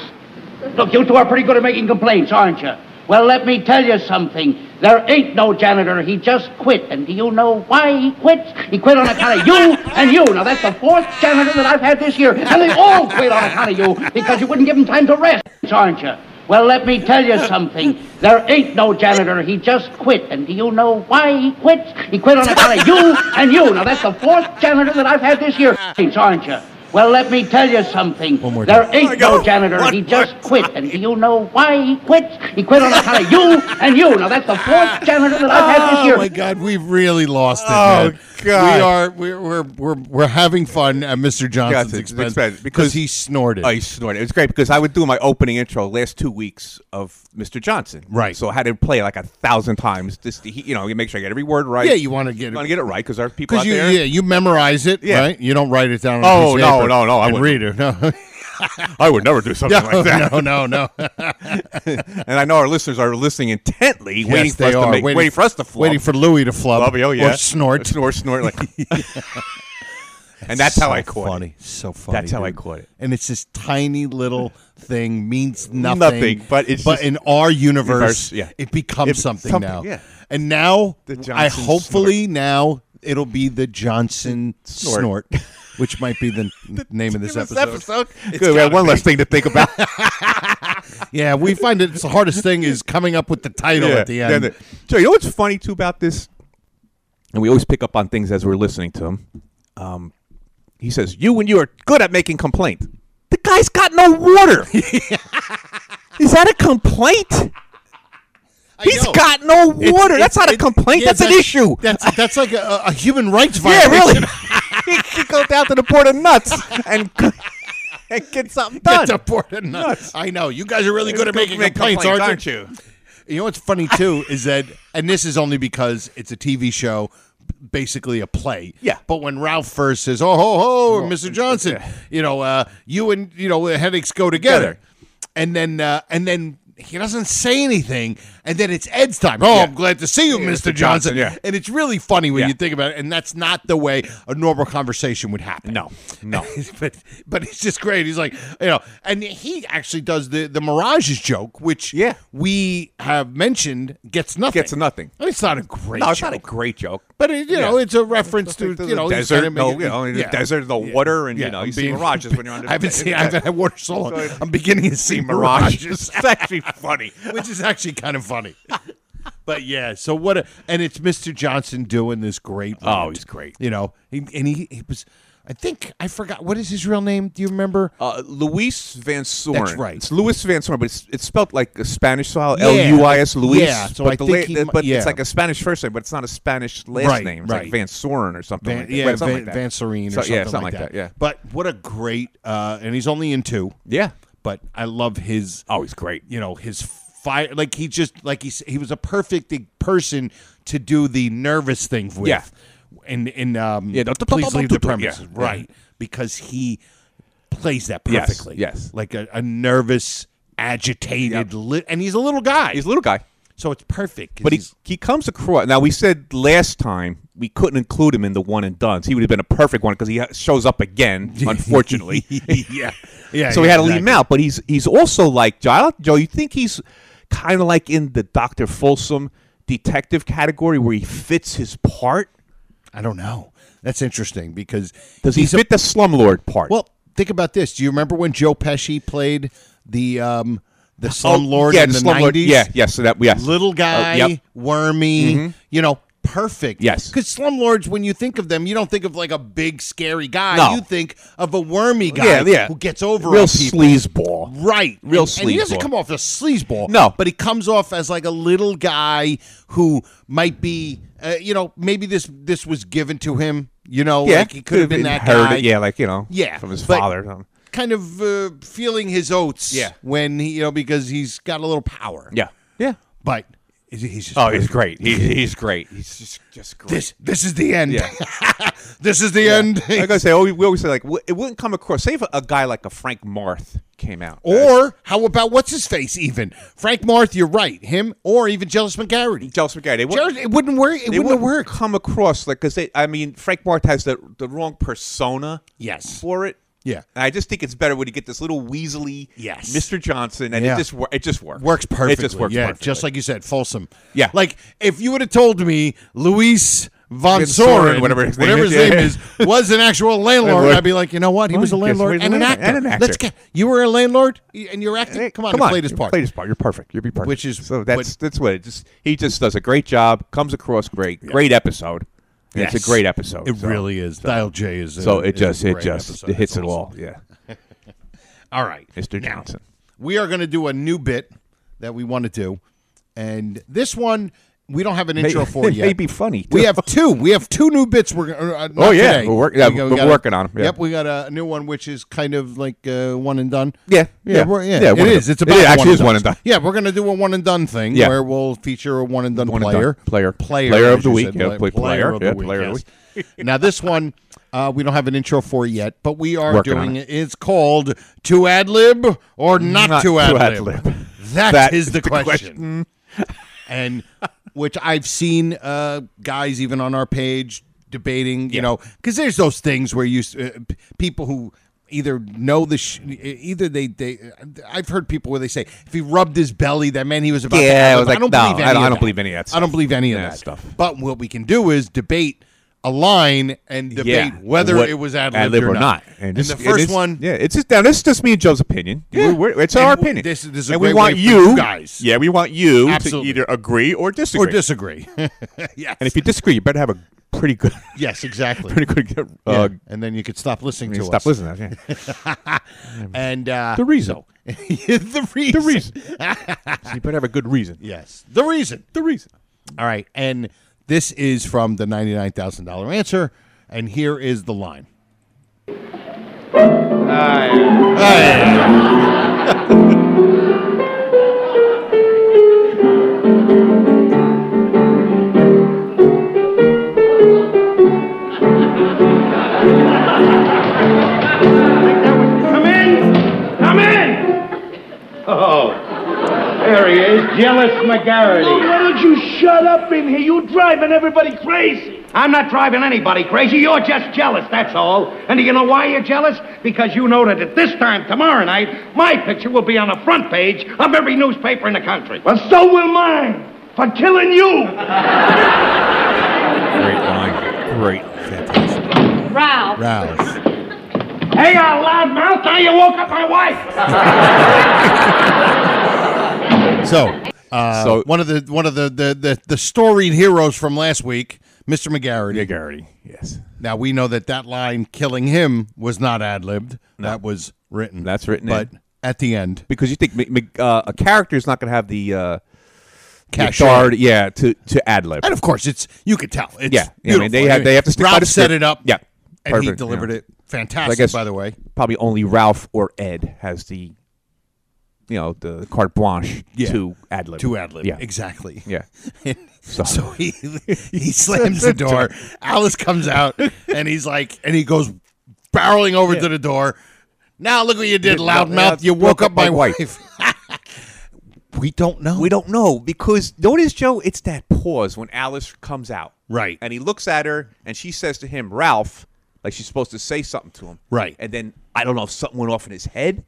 Speaker 10: Look, you two are pretty good at making complaints, aren't you? Well, let me tell you something. There ain't no janitor. He just quit. And do you know why he quit? He quit on account of you and you. Now, that's the fourth janitor that I've had this year. And they all quit on account of you because you wouldn't give them time to rest, aren't you? Well, let me tell you something. There ain't no janitor. He just quit. And do you know why he quit? He quit on account of you and you. Now, that's the fourth janitor that I've had this year, aren't you? Well, let me tell you something.
Speaker 4: One more
Speaker 10: there
Speaker 4: time.
Speaker 10: ain't no janitor. He just quit. And do you know why he quit? He quit on account of you and you. Now, that's the fourth janitor that I've had this year.
Speaker 4: Oh my God, we've really lost it.
Speaker 5: Oh,
Speaker 4: man.
Speaker 5: God.
Speaker 4: we are we're we're we're, we're having fun at Mr. Johnson's
Speaker 5: Johnson's
Speaker 4: expense
Speaker 5: expense,
Speaker 4: because
Speaker 5: because-
Speaker 4: he snorted.
Speaker 5: I Oh, snorted. It was great because I would do my opening intro last two weeks of Mr. Johnson.
Speaker 4: Right.
Speaker 5: So I had to play it like a thousand times just to, he- you know, make sure I get every word right.
Speaker 4: Yeah, you wanna get it-
Speaker 5: want to get it right because there are people
Speaker 4: Because
Speaker 5: out
Speaker 4: you
Speaker 5: there.
Speaker 4: yeah you memorize it
Speaker 5: Yeah.
Speaker 4: right you don't write it down. On a
Speaker 5: Oh,
Speaker 4: piece of
Speaker 5: no,
Speaker 4: paper
Speaker 5: no, no, I
Speaker 4: and read
Speaker 5: wouldn't.
Speaker 4: it. No,
Speaker 5: I would never do something like that.
Speaker 4: no, no, no.
Speaker 5: And I know our listeners are listening intently, waiting
Speaker 4: Yes,
Speaker 5: for
Speaker 4: they
Speaker 5: us to
Speaker 4: are.
Speaker 5: make, waiting, for us to flub.
Speaker 4: waiting for Louis to flub,
Speaker 5: flub, oh, yeah.
Speaker 4: or snort.
Speaker 5: Snort, snort. Like. and that's
Speaker 4: So
Speaker 5: how I caught
Speaker 4: funny.
Speaker 5: it.
Speaker 4: So funny.
Speaker 5: That's how I
Speaker 4: dude.
Speaker 5: caught it.
Speaker 4: And it's this tiny little thing means nothing.
Speaker 11: Nothing, but it's just-
Speaker 4: in our universe,
Speaker 11: Universe, yeah.
Speaker 4: it becomes
Speaker 11: It-
Speaker 4: something,
Speaker 11: something,
Speaker 4: now.
Speaker 11: yeah.
Speaker 4: And now,
Speaker 11: The
Speaker 4: I
Speaker 11: Johnson
Speaker 4: hopefully now it'll be the Johnson snort,
Speaker 11: Snort.
Speaker 4: which might be the, name of this
Speaker 11: This
Speaker 4: episode.
Speaker 11: episode?
Speaker 4: It's
Speaker 11: Good, we had
Speaker 4: gotta
Speaker 11: one
Speaker 4: be.
Speaker 11: less thing to think about.
Speaker 4: yeah, we find it's the hardest thing is coming up with the title
Speaker 5: Yeah,
Speaker 4: at the
Speaker 5: yeah,
Speaker 4: end.
Speaker 5: the- Joe, you know what's funny too about this? And we always pick up on things as we're listening to him. Um, he says, "You and you are good at making complaint." The guy's got no water. Is that a complaint? He's got no water. that's not a complaint. that's an issue.
Speaker 4: That's that's like a, a human rights
Speaker 5: Yeah,
Speaker 4: violation.
Speaker 5: really. he could go down to the port of nuts and and get something done.
Speaker 4: Get deported nuts. I know. You guys are really good at
Speaker 5: Good
Speaker 4: making
Speaker 5: at making
Speaker 4: complaints,
Speaker 5: complaints,
Speaker 4: aren't, you? You know what's funny too is that, and this is only because it's a TV show, basically a play. Yeah. But when Ralph first says, "Oh ho ho, Mr. Johnson," you know, uh, you and you know the headaches go together, and then uh, and then. He doesn't say anything, and then it's Ed's time. Oh, I'm glad to see you,
Speaker 11: Yeah,
Speaker 4: Mr.
Speaker 11: Mr. Johnson,
Speaker 4: Johnson.
Speaker 11: yeah.
Speaker 4: And it's really funny when you think about it, and that's not the way a normal conversation would happen. No,
Speaker 5: no.
Speaker 4: but but it's just great. He's like, you know, and he actually does the the Mirage's joke, which yeah. we have mentioned gets nothing. Gets
Speaker 5: nothing.
Speaker 4: It's not a great.
Speaker 5: No, it's
Speaker 4: joke.
Speaker 5: not a great joke.
Speaker 4: But it, you know, it's a reference to you know he's trying to make
Speaker 5: desert, no,
Speaker 4: it-
Speaker 5: you know, in the
Speaker 4: yeah.
Speaker 5: desert, no water, and
Speaker 4: Yeah,
Speaker 5: you know,
Speaker 4: I'm
Speaker 5: you see
Speaker 4: being-
Speaker 5: mirages when you're under.
Speaker 4: I haven't
Speaker 5: the-
Speaker 4: seen. I haven't had water so long.
Speaker 5: So-
Speaker 4: I'm beginning to see
Speaker 5: Mirages.
Speaker 4: mirages.
Speaker 5: It's actually funny,
Speaker 4: which is actually kind of funny. But yeah, so what? A, and it's Mr. Johnson doing this great. rant.
Speaker 5: Oh, he's great.
Speaker 4: You know, he, and he, he was. I think I forgot what is his real name. Do you remember?
Speaker 5: Uh, Luis Van Soren.
Speaker 4: That's right.
Speaker 5: It's Luis Van Soren, but it's, it's spelled like a Spanish style.
Speaker 4: Yeah.
Speaker 5: L U I S Luis.
Speaker 4: Yeah, so
Speaker 5: but
Speaker 4: I
Speaker 5: the
Speaker 4: think he
Speaker 5: la-
Speaker 4: mi-
Speaker 5: but
Speaker 4: yeah.
Speaker 5: it's like a Spanish first name, but it's not a Spanish last
Speaker 4: Right,
Speaker 5: name. It's
Speaker 4: right.
Speaker 5: like Van Soren or something.
Speaker 4: Van,
Speaker 5: like that.
Speaker 4: yeah,
Speaker 5: Well, something
Speaker 4: Van,
Speaker 5: like that.
Speaker 4: Van Serene or
Speaker 5: So-
Speaker 4: something,
Speaker 5: yeah, something like that. Yeah.
Speaker 4: But what a great, uh, and he's only in two.
Speaker 5: Yeah.
Speaker 4: But I love his.
Speaker 5: Oh, he's great.
Speaker 4: You know his fire. Like he just like he s- he was a perfect person to do the nervous thing with.
Speaker 5: Yeah.
Speaker 4: In in um.
Speaker 5: Yeah, don't- don't-
Speaker 4: please
Speaker 5: don't- don't-
Speaker 4: leave the
Speaker 5: don't- yeah,
Speaker 4: premises.
Speaker 5: yeah.
Speaker 4: Right. Because he plays that
Speaker 5: Yes,
Speaker 4: perfectly.
Speaker 5: yes.
Speaker 4: Like a, a nervous, agitated, li- and he's a little guy.
Speaker 5: He's a little guy.
Speaker 4: So it's perfect. 'cause
Speaker 5: But he,
Speaker 4: he's-
Speaker 5: he comes across. Now, we said last time we couldn't include him in the one and done's. He would have been a perfect one because he ha- shows up again, unfortunately.
Speaker 4: yeah. Yeah.
Speaker 5: so we
Speaker 4: yeah,
Speaker 5: had to leave him
Speaker 4: exactly.
Speaker 5: out. But he's he's also like Joe. Joe, you think he's kind of like in the Doctor Folsom detective category where he fits his part?
Speaker 4: I don't know. That's interesting because
Speaker 5: Does he
Speaker 4: he's a-
Speaker 5: fit the slumlord part?
Speaker 4: Well, think about this. Do you remember when Joe Pesci played the um the slumlord
Speaker 5: Oh, yeah,
Speaker 4: in the
Speaker 5: the slumlord.
Speaker 4: nineties?
Speaker 5: Yeah, yes, so that- yes.
Speaker 4: Little guy,
Speaker 5: Uh, yep. Mm-hmm.
Speaker 4: wormy, you know, perfect.
Speaker 5: Yes.
Speaker 4: Because slumlords, when you think of them, you don't think of like a big scary guy.
Speaker 5: No.
Speaker 4: You think of a wormy guy
Speaker 5: Yeah, yeah.
Speaker 4: who gets over
Speaker 5: Real
Speaker 4: on people.
Speaker 5: sleazeball.
Speaker 4: Right.
Speaker 5: Real
Speaker 4: and, and he doesn't
Speaker 5: sleazeball.
Speaker 4: come off as sleazeball.
Speaker 5: No.
Speaker 4: But he comes off as like a little guy who might be, uh, you know, maybe this this was given to him. You know,
Speaker 5: Yeah,
Speaker 4: like he could have been that
Speaker 5: inherited-
Speaker 4: guy.
Speaker 5: Yeah, like you know,
Speaker 4: Yeah,
Speaker 5: from his
Speaker 4: but-
Speaker 5: father.
Speaker 4: Kind of uh, feeling his oats.
Speaker 5: Yeah.
Speaker 4: When he, you know, because he's got a little power.
Speaker 5: Yeah, yeah.
Speaker 4: But he's he's just.
Speaker 5: Oh, he's great. He, he's great. He's just just great.
Speaker 4: This this is the end.
Speaker 5: Yeah.
Speaker 4: this is the end.
Speaker 5: like I say, we we always say like w- it wouldn't come across. Say if a, a guy like a Frank Marth came out,
Speaker 4: Or how about what's his face? Even Frank Marth, you're right. Him or even Jealous McGarity.
Speaker 5: Jealous McGarry. They wouldn't-
Speaker 4: Jealous- it wouldn't work. It
Speaker 5: they
Speaker 4: wouldn't
Speaker 5: wouldn't
Speaker 4: work.
Speaker 5: come across like because they. I mean, Frank Marth has the the wrong persona.
Speaker 4: Yes.
Speaker 5: for it.
Speaker 4: Yeah.
Speaker 5: and I just think it's better when you get this little weaselly,
Speaker 4: Yes.
Speaker 5: Mr. Johnson, and
Speaker 4: Yeah.
Speaker 5: it just wor- it just works.
Speaker 4: Works perfectly.
Speaker 5: It just works.
Speaker 4: Yeah,
Speaker 5: perfectly.
Speaker 4: just like you said, Folsom.
Speaker 5: Yeah.
Speaker 4: Like if you would have told me Luis von
Speaker 5: Von
Speaker 4: Soren,
Speaker 5: Soren, whatever his name is,
Speaker 4: his
Speaker 5: yeah.
Speaker 4: name is, was an actual landlord,
Speaker 5: Landlord.
Speaker 4: I'd be like, you know what? He was a
Speaker 5: Well, guess
Speaker 4: landlord
Speaker 5: he's a
Speaker 4: and an
Speaker 5: landlord
Speaker 4: actor.
Speaker 5: and an actor.
Speaker 4: Let's get you were a landlord and you're acting. Come on, you played his
Speaker 5: you
Speaker 4: part.
Speaker 5: Played his part. You're perfect. You'll be perfect.
Speaker 4: Which is
Speaker 5: so
Speaker 4: what-
Speaker 5: that's that's what it just he just does a great job. Comes across great. Great episode. And It's
Speaker 4: Yes.
Speaker 5: a great episode.
Speaker 4: It
Speaker 5: so.
Speaker 4: really is. Dial J is. a-
Speaker 5: So it
Speaker 4: is a
Speaker 5: just it
Speaker 4: great
Speaker 5: just
Speaker 4: episode.
Speaker 5: it hits
Speaker 4: That's
Speaker 5: it
Speaker 4: awesome.
Speaker 5: all. Yeah,
Speaker 4: All right,
Speaker 5: Mr.
Speaker 4: Now,
Speaker 5: Johnson.
Speaker 4: we are going to do a new bit that we want to do, and this one we don't have an intro for
Speaker 5: it
Speaker 4: yet.
Speaker 5: may be funny,
Speaker 4: We
Speaker 5: too.
Speaker 4: have two. We have two new bits. We're gonna- uh, not
Speaker 5: Oh, yeah.
Speaker 4: today.
Speaker 5: We're work- yeah,
Speaker 4: got-
Speaker 5: we're
Speaker 4: got a-
Speaker 5: working on 'em, yeah.
Speaker 4: Yep, we got a new one which is kind of like uh, one and done.
Speaker 5: Yeah, yeah.
Speaker 4: we're- yeah,
Speaker 5: Yeah,
Speaker 4: It
Speaker 5: one and
Speaker 4: is.
Speaker 5: done.
Speaker 4: It's about
Speaker 5: It actually
Speaker 4: one
Speaker 5: is one and done.
Speaker 4: Yeah, we're gonna do a one and done thing
Speaker 5: Yeah.
Speaker 4: where we'll feature a one and done
Speaker 5: One and done.
Speaker 4: player,
Speaker 5: Player.
Speaker 4: player,
Speaker 5: Player of
Speaker 4: as
Speaker 5: the
Speaker 4: you
Speaker 5: week.
Speaker 4: said,
Speaker 5: Yeah,
Speaker 4: pla-
Speaker 5: play- player.
Speaker 4: of
Speaker 5: Yeah,
Speaker 4: the week.
Speaker 5: player of the
Speaker 4: yes. now this one uh, we don't have an intro for yet, but we are
Speaker 5: Working on
Speaker 4: doing it. It's called to ad lib or not,
Speaker 5: Not
Speaker 4: to
Speaker 5: to
Speaker 4: ad lib.
Speaker 5: ad-lib.
Speaker 4: that
Speaker 5: That
Speaker 4: is
Speaker 5: is
Speaker 4: the
Speaker 5: the
Speaker 4: question.
Speaker 5: question.
Speaker 4: and which I've seen uh, guys even on our page debating, you know, because there's those things where you s- uh, p- people who either know the sh- e, either they they uh, I've heard people where they say if he rubbed his belly that meant he was about
Speaker 5: Yeah,
Speaker 4: to
Speaker 5: I was
Speaker 4: I
Speaker 5: like,
Speaker 4: don't
Speaker 5: no,
Speaker 4: believe any
Speaker 5: I don't-
Speaker 4: of
Speaker 5: I don't
Speaker 4: that.
Speaker 5: believe any of that
Speaker 4: I don't believe any of
Speaker 5: Yeah,
Speaker 4: that
Speaker 5: stuff.
Speaker 4: But what we can do is debate a line and debate
Speaker 5: Yeah,
Speaker 4: whether
Speaker 5: what-
Speaker 4: it was ad
Speaker 5: ad-libbed
Speaker 4: lib or not. And,
Speaker 5: this-
Speaker 4: the
Speaker 5: it
Speaker 4: first
Speaker 5: is-
Speaker 4: one,
Speaker 5: yeah, it's just now. This is just me and Joe's opinion.
Speaker 4: Yeah.
Speaker 5: We're- we're- it's
Speaker 4: And
Speaker 5: our
Speaker 4: w-
Speaker 5: opinion.
Speaker 4: this- this is a
Speaker 5: and
Speaker 4: great
Speaker 5: we want
Speaker 4: way for
Speaker 5: you
Speaker 4: you guys.
Speaker 5: Yeah, we want you
Speaker 4: Absolutely.
Speaker 5: to either agree or disagree
Speaker 4: or disagree. yeah.
Speaker 5: And if you disagree, you better have a pretty good.
Speaker 4: Yes, exactly.
Speaker 5: pretty good.
Speaker 4: Yeah,
Speaker 5: Uh,
Speaker 4: and then you could stop listening
Speaker 5: you
Speaker 4: to
Speaker 5: stop
Speaker 4: us.
Speaker 5: listening to
Speaker 4: and uh,
Speaker 5: The reason.
Speaker 4: the reason. The reason.
Speaker 5: So you better have a good reason.
Speaker 4: Yes. The reason.
Speaker 5: The reason.
Speaker 4: All right. And this is from the $99,000 answer. And here is the line.
Speaker 7: Come in! Come in! Oh, there he is, jealous McGarrity.
Speaker 11: Why don't you shut up in here? You driving everybody crazy.
Speaker 7: I'm not driving anybody crazy. You're just jealous, that's all. And do you know why you're jealous? Because you know that at this time tomorrow night, my picture will be on the front page of every newspaper in the country.
Speaker 11: Well, so will mine for killing you.
Speaker 5: Great line. Great. Fantastic.
Speaker 8: Ralph.
Speaker 4: Rouse.
Speaker 11: Hey, you loudmouth, now you woke up my wife.
Speaker 4: So, uh,
Speaker 5: So-
Speaker 4: one of the one of the the, the the storied heroes from last week, Mr. McGarrity.
Speaker 5: McGarrity, yes.
Speaker 4: Now we know that that line "killing him" was not ad libbed. That was written.
Speaker 5: That's written in.
Speaker 4: But at the end,
Speaker 5: because you think Mc- Mc- uh, a character is not going to have the uh, the
Speaker 4: Cachet.
Speaker 5: authority- yeah, to to ad lib.
Speaker 4: and of course, it's you could tell. It's
Speaker 5: Yeah, yeah, I mean, they
Speaker 4: beautiful.
Speaker 5: have- they have to stick by
Speaker 4: Ralph
Speaker 5: the
Speaker 4: set
Speaker 5: script.
Speaker 4: it up.
Speaker 5: Yeah,
Speaker 4: and he
Speaker 5: perfect,
Speaker 4: delivered
Speaker 5: yeah.
Speaker 4: it fantastic.
Speaker 5: guess-
Speaker 4: by the way,
Speaker 5: Probably only Ralph or Ed has the, you know, the carte blanche
Speaker 4: Yeah.
Speaker 5: to ad lib.
Speaker 4: to ad lib
Speaker 5: Yeah.
Speaker 4: exactly.
Speaker 5: Yeah.
Speaker 4: So, he he slams the door. Alice comes out, and he's like, and he goes barreling over to the door. Now look what you did, loudmouth! You woke up my wife. we don't know.
Speaker 5: We don't know because notice, Joe, it's that pause when Alice comes out.
Speaker 4: Right.
Speaker 5: And he looks at her and she says to him, Ralph, like she's supposed to say something to him.
Speaker 4: Right.
Speaker 5: And then I don't know if something went off in his head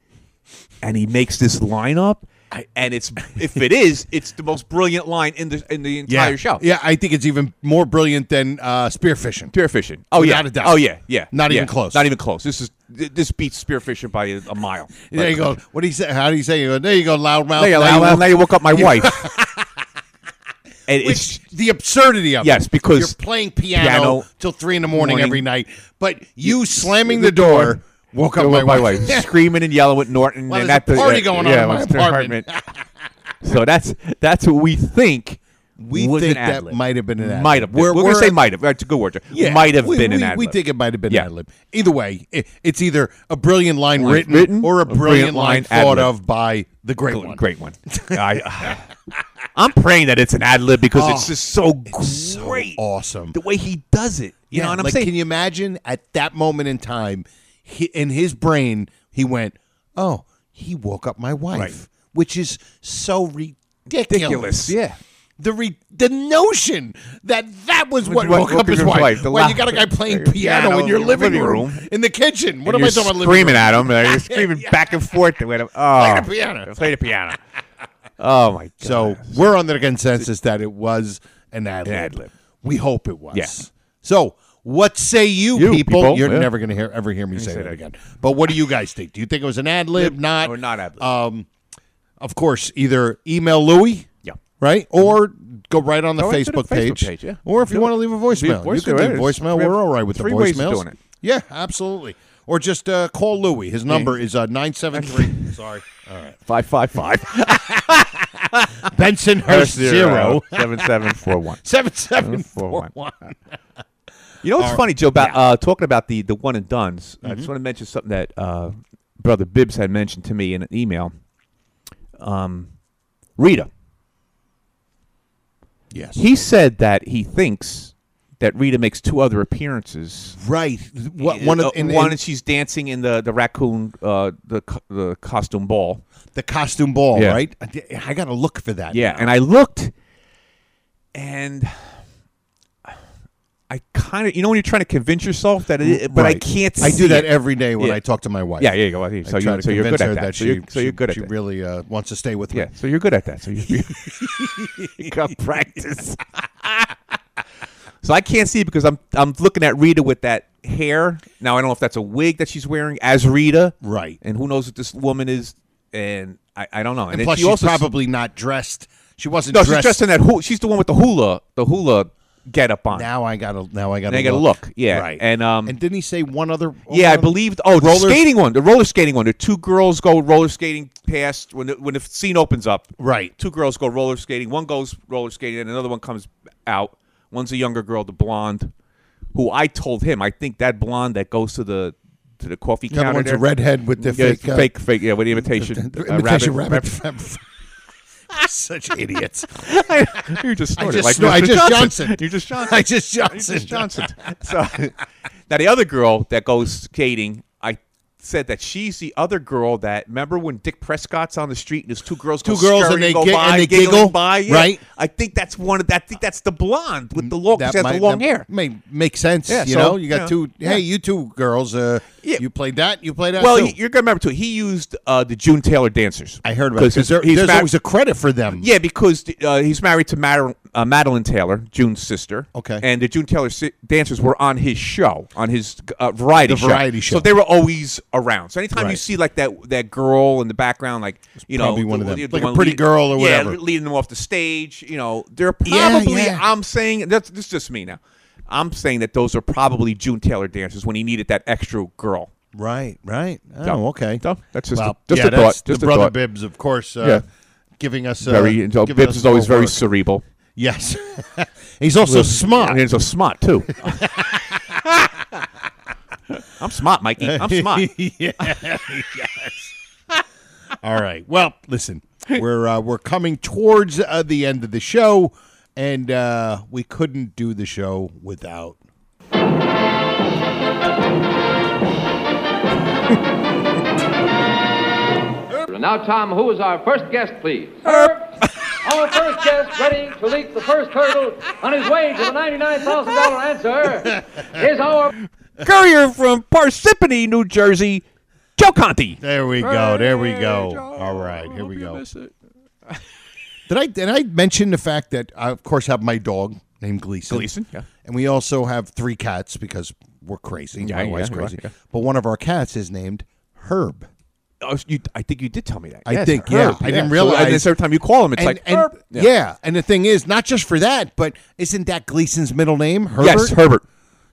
Speaker 5: and he makes this line up. and it's if it is, it's the most brilliant line in the in the entire
Speaker 4: yeah.
Speaker 5: show.
Speaker 4: Yeah, I think it's even more brilliant than uh, spearfishing.
Speaker 5: Spearfishing. Oh yeah.
Speaker 4: Without a doubt.
Speaker 5: Oh yeah. Yeah.
Speaker 4: Not
Speaker 5: Yeah.
Speaker 4: even close.
Speaker 5: Not even close. This is th- this beats spearfishing by a, a mile.
Speaker 4: There you go. What do you say? How do you say? it? There you go, loudmouth.
Speaker 5: Now you,
Speaker 4: Now you
Speaker 5: now,
Speaker 4: woke-
Speaker 5: now you woke up my wife. and it's
Speaker 4: Which the absurdity of
Speaker 5: Yes,
Speaker 4: it.
Speaker 5: because
Speaker 4: you're playing piano,
Speaker 5: piano-
Speaker 4: till three in the morning,
Speaker 5: morning.
Speaker 4: every night, but you slamming the door, woke up my, wife.
Speaker 5: screaming and yelling at Norton.
Speaker 4: Well,
Speaker 5: and
Speaker 4: there's a
Speaker 5: that
Speaker 4: party going on in my apartment.
Speaker 5: so that's that's what we think.
Speaker 4: We
Speaker 5: was
Speaker 4: think
Speaker 5: an
Speaker 4: that
Speaker 5: ad-lib.
Speaker 4: might have been an ad-lib.
Speaker 5: Might have. been.
Speaker 4: We're-
Speaker 5: We're, gonna
Speaker 4: we're-
Speaker 5: say might have. That's a good word. Joe.
Speaker 4: Yeah,
Speaker 5: might have
Speaker 4: we-
Speaker 5: been an
Speaker 4: we-
Speaker 5: ad.
Speaker 4: We think it might have been
Speaker 5: Yeah.
Speaker 4: an ad lib. Either way, i it's either a brilliant line
Speaker 5: Line
Speaker 4: written,
Speaker 5: written,
Speaker 4: or a
Speaker 5: a
Speaker 4: brilliant,
Speaker 5: brilliant
Speaker 4: line
Speaker 5: line
Speaker 4: thought
Speaker 5: ad-lib.
Speaker 4: of by the great one.
Speaker 5: great one. I, I'm praying that it's an ad lib because it's
Speaker 4: Oh,
Speaker 5: just so
Speaker 4: So
Speaker 5: great.
Speaker 4: awesome.
Speaker 5: the way he does it. You know what I'm
Speaker 4: like,
Speaker 5: saying?
Speaker 4: Can you imagine at that moment in time, he, in his brain, he went, "Oh, he woke up my wife," which is so ridiculous.
Speaker 5: Ridiculous, yeah.
Speaker 4: The re- the notion that that was what,
Speaker 5: What- what
Speaker 4: woke up his wife.
Speaker 5: the
Speaker 4: when
Speaker 5: loud-
Speaker 4: you got a guy playing
Speaker 5: Piano
Speaker 4: piano in your living room,
Speaker 5: room.
Speaker 4: in the kitchen. What
Speaker 5: And
Speaker 4: am I
Speaker 5: you're
Speaker 4: talking about? living room?
Speaker 5: Screaming at him. and You're screaming back and forth. Play the oh.
Speaker 4: the piano.
Speaker 5: Play the piano. Oh my god.
Speaker 4: So we're under the consensus that it was an ad lib.
Speaker 5: ad lib.
Speaker 4: We hope it was.
Speaker 5: Yeah.
Speaker 4: So what say you,
Speaker 5: You
Speaker 4: people?
Speaker 5: people,
Speaker 4: You're
Speaker 5: yeah.
Speaker 4: never gonna hear ever hear me say, that again. But what do you guys think? Do you think it was an ad lib? Not
Speaker 5: or Oh, not ad lib.
Speaker 4: Um, of course, either email Louie.
Speaker 5: Yeah. Mm-hmm.
Speaker 4: Right or go right on the
Speaker 5: Go right to the
Speaker 4: Facebook,
Speaker 5: Facebook
Speaker 4: page,
Speaker 5: page, yeah.
Speaker 4: or if you
Speaker 5: Do
Speaker 4: want
Speaker 5: it.
Speaker 4: to leave a
Speaker 5: Leave
Speaker 4: voicemail,
Speaker 5: voicemail,
Speaker 4: you can
Speaker 5: right.
Speaker 4: do voicemail.
Speaker 5: We have
Speaker 4: We're all right with the
Speaker 5: three ways of
Speaker 4: voicemails.
Speaker 5: doing it.
Speaker 4: Yeah, absolutely. Or just uh, call Louie. His number is uh, nine seven three. Sorry,
Speaker 5: five five five
Speaker 4: Benson Hurst zero.
Speaker 5: seven seven four one.
Speaker 4: Seven seven
Speaker 5: Four,
Speaker 4: four
Speaker 5: one.
Speaker 4: one.
Speaker 5: You know what's funny, Joe? About uh, talking about the the one and duns. I just want to mention something that uh, brother Bibbs had mentioned to me in an email. Um, Rita.
Speaker 4: Yes.
Speaker 5: He said that he thinks that Rita makes two other appearances.
Speaker 4: right. What one
Speaker 5: Uh,
Speaker 4: of in,
Speaker 5: one
Speaker 4: in
Speaker 5: is she's dancing in the the raccoon uh, the co- the costume ball.
Speaker 4: the costume ball,
Speaker 5: Yeah.
Speaker 4: right? I di- I got to look for that.
Speaker 5: Yeah,
Speaker 4: now.
Speaker 5: and I looked, and I kind of, you know, when you're trying to convince yourself that, it, but I
Speaker 4: Right.
Speaker 5: can't.
Speaker 4: I
Speaker 5: see
Speaker 4: do that
Speaker 5: it.
Speaker 4: every day when
Speaker 5: Yeah.
Speaker 4: I talk to my wife.
Speaker 5: Yeah, yeah, you go. I see. So
Speaker 4: I
Speaker 5: you-
Speaker 4: try to
Speaker 5: so you're
Speaker 4: convince
Speaker 5: good at
Speaker 4: her
Speaker 5: that.
Speaker 4: that
Speaker 5: So you're-
Speaker 4: she
Speaker 5: so you're
Speaker 4: she-
Speaker 5: good at
Speaker 4: she
Speaker 5: that.
Speaker 4: really uh, wants to stay with me.
Speaker 5: Yeah, so you're good at that. So you, you got practice. so I can't see because I'm I'm looking at Rita with that hair. Now I don't know if that's a wig that she's wearing as Rita,
Speaker 4: right?
Speaker 5: And who knows what this woman is? And I, I don't know.
Speaker 4: And,
Speaker 5: then
Speaker 4: plus,
Speaker 5: she
Speaker 4: she's
Speaker 5: also s-
Speaker 4: probably not dressed. She wasn't.
Speaker 5: no,
Speaker 4: dressed.
Speaker 5: she's dressed in that. Hu- she's the one with the hula, the hula get up on.
Speaker 4: Now I gotta. Now I gotta.
Speaker 5: I gotta
Speaker 4: look.
Speaker 5: look, yeah.
Speaker 4: Right.
Speaker 5: And, um,
Speaker 4: And didn't he say one other?
Speaker 5: Yeah, I
Speaker 4: one-
Speaker 5: believed. Oh, the
Speaker 4: roller-
Speaker 5: skating one, the roller skating one. The two girls go roller skating past when the, when the scene opens up.
Speaker 4: Right.
Speaker 5: Two girls go roller skating. One goes roller skating, and another one comes out. One's a younger girl, the blonde, who I told him I think that blonde that goes to the to the coffee
Speaker 4: The other
Speaker 5: counter.
Speaker 4: one's a
Speaker 5: there-
Speaker 4: redhead with the
Speaker 5: Yeah,
Speaker 4: fake, uh,
Speaker 5: fake, fake, yeah, with the imitation,
Speaker 4: the
Speaker 5: uh,
Speaker 4: imitation rabbit.
Speaker 5: rabbit.
Speaker 4: Such idiots.
Speaker 5: you just
Speaker 4: I
Speaker 5: snorted
Speaker 4: just
Speaker 5: like
Speaker 4: snor- I
Speaker 5: Mr.
Speaker 4: just
Speaker 5: Johnson.
Speaker 4: Johnson.
Speaker 5: You just Johnson.
Speaker 4: I just
Speaker 5: You
Speaker 4: Johnson.
Speaker 5: just Johnson. so now the other girl that goes skating, I said that she's the other girl that remember when Dick Prescott's on the street and there's two girls,
Speaker 4: Two
Speaker 5: go
Speaker 4: girls and
Speaker 5: scurrying
Speaker 4: they
Speaker 5: go
Speaker 4: gi-
Speaker 5: by,
Speaker 4: and they
Speaker 5: giggling
Speaker 4: giggle,
Speaker 5: by, yeah.
Speaker 4: right?
Speaker 5: I think that's one of that. I think that's the blonde with the long.
Speaker 4: That
Speaker 5: She has the
Speaker 4: might-
Speaker 5: long
Speaker 4: that
Speaker 5: hair.
Speaker 4: May make sense.
Speaker 5: Yeah,
Speaker 4: you
Speaker 5: so,
Speaker 4: know, you got
Speaker 5: yeah.
Speaker 4: two.
Speaker 5: Yeah.
Speaker 4: Hey, you two girls. Uh, you played that. You played that.
Speaker 5: Well,
Speaker 4: too.
Speaker 5: you- you're gonna remember too. He used uh, the June Taylor dancers. I
Speaker 4: heard about it, 'cause there- there's always a credit for them.
Speaker 5: Yeah, because uh, he's married to Madel- uh, Madeline Taylor, June's sister.
Speaker 4: Okay.
Speaker 5: and the June Taylor si- dancers were on his show, on his uh, variety
Speaker 4: The
Speaker 5: show.
Speaker 4: variety show.
Speaker 5: So they were always around. So anytime you
Speaker 4: Right.
Speaker 5: see like that that girl in the background, like you know,
Speaker 4: probably one
Speaker 5: the-
Speaker 4: of them.
Speaker 5: the- the
Speaker 4: Like a
Speaker 5: one
Speaker 4: pretty
Speaker 5: lead-
Speaker 4: girl or
Speaker 5: Yeah,
Speaker 4: whatever.
Speaker 5: leading them off the stage. You know, they're
Speaker 4: Yeah,
Speaker 5: probably.
Speaker 4: yeah.
Speaker 5: I'm saying that's this is just me now. I'm saying that those are probably June Taylor dancers when he needed that extra girl.
Speaker 4: Right, right. Oh,
Speaker 5: So-
Speaker 4: okay.
Speaker 5: so that's just
Speaker 4: Well,
Speaker 5: a, just
Speaker 4: yeah,
Speaker 5: a thought.
Speaker 4: that's
Speaker 5: just
Speaker 4: the
Speaker 5: a
Speaker 4: brother
Speaker 5: thought.
Speaker 4: Bibbs, of course, uh,
Speaker 5: Yeah.
Speaker 4: giving us uh,
Speaker 5: very. so
Speaker 4: giving
Speaker 5: Bibbs
Speaker 4: us
Speaker 5: is always
Speaker 4: more
Speaker 5: very
Speaker 4: work.
Speaker 5: cerebral.
Speaker 4: Yes, he's also
Speaker 5: Well,
Speaker 4: smart.
Speaker 5: and he's a smart too. I'm smart, Mikey. I'm smart.
Speaker 4: Yeah, yes. All right. Well, listen, we're uh, we're coming towards uh, the end of the show, and uh, we couldn't do the show without.
Speaker 12: And now, Tom, who is our first guest, please? Our first guest, ready to leap the first hurdle on his way to the $99,000 answer, is our
Speaker 5: Courier from Parsippany, New Jersey, Joe Conti.
Speaker 4: There we go. There we go. All right. Here we go. Did I did I mention the fact that I of course have my dog named Gleason.
Speaker 5: Gleason, yeah.
Speaker 4: And we also have three cats because we're crazy.
Speaker 5: Yeah,
Speaker 4: my
Speaker 5: yeah,
Speaker 4: wife's
Speaker 5: you are,
Speaker 4: crazy.
Speaker 5: yeah.
Speaker 4: But one of our cats is named Herb.
Speaker 5: Oh, you, I think you did tell me that.
Speaker 4: I
Speaker 5: Yes,
Speaker 4: think
Speaker 5: Herb,
Speaker 4: yeah. I
Speaker 5: yeah.
Speaker 4: didn't
Speaker 5: So,
Speaker 4: realize.
Speaker 5: and it's every time you call him, it's
Speaker 4: And-
Speaker 5: like
Speaker 4: and-
Speaker 5: Herb.
Speaker 4: yeah. And the thing is, not just for that, but isn't that Gleason's middle name Herbert?
Speaker 5: Yes, Herbert.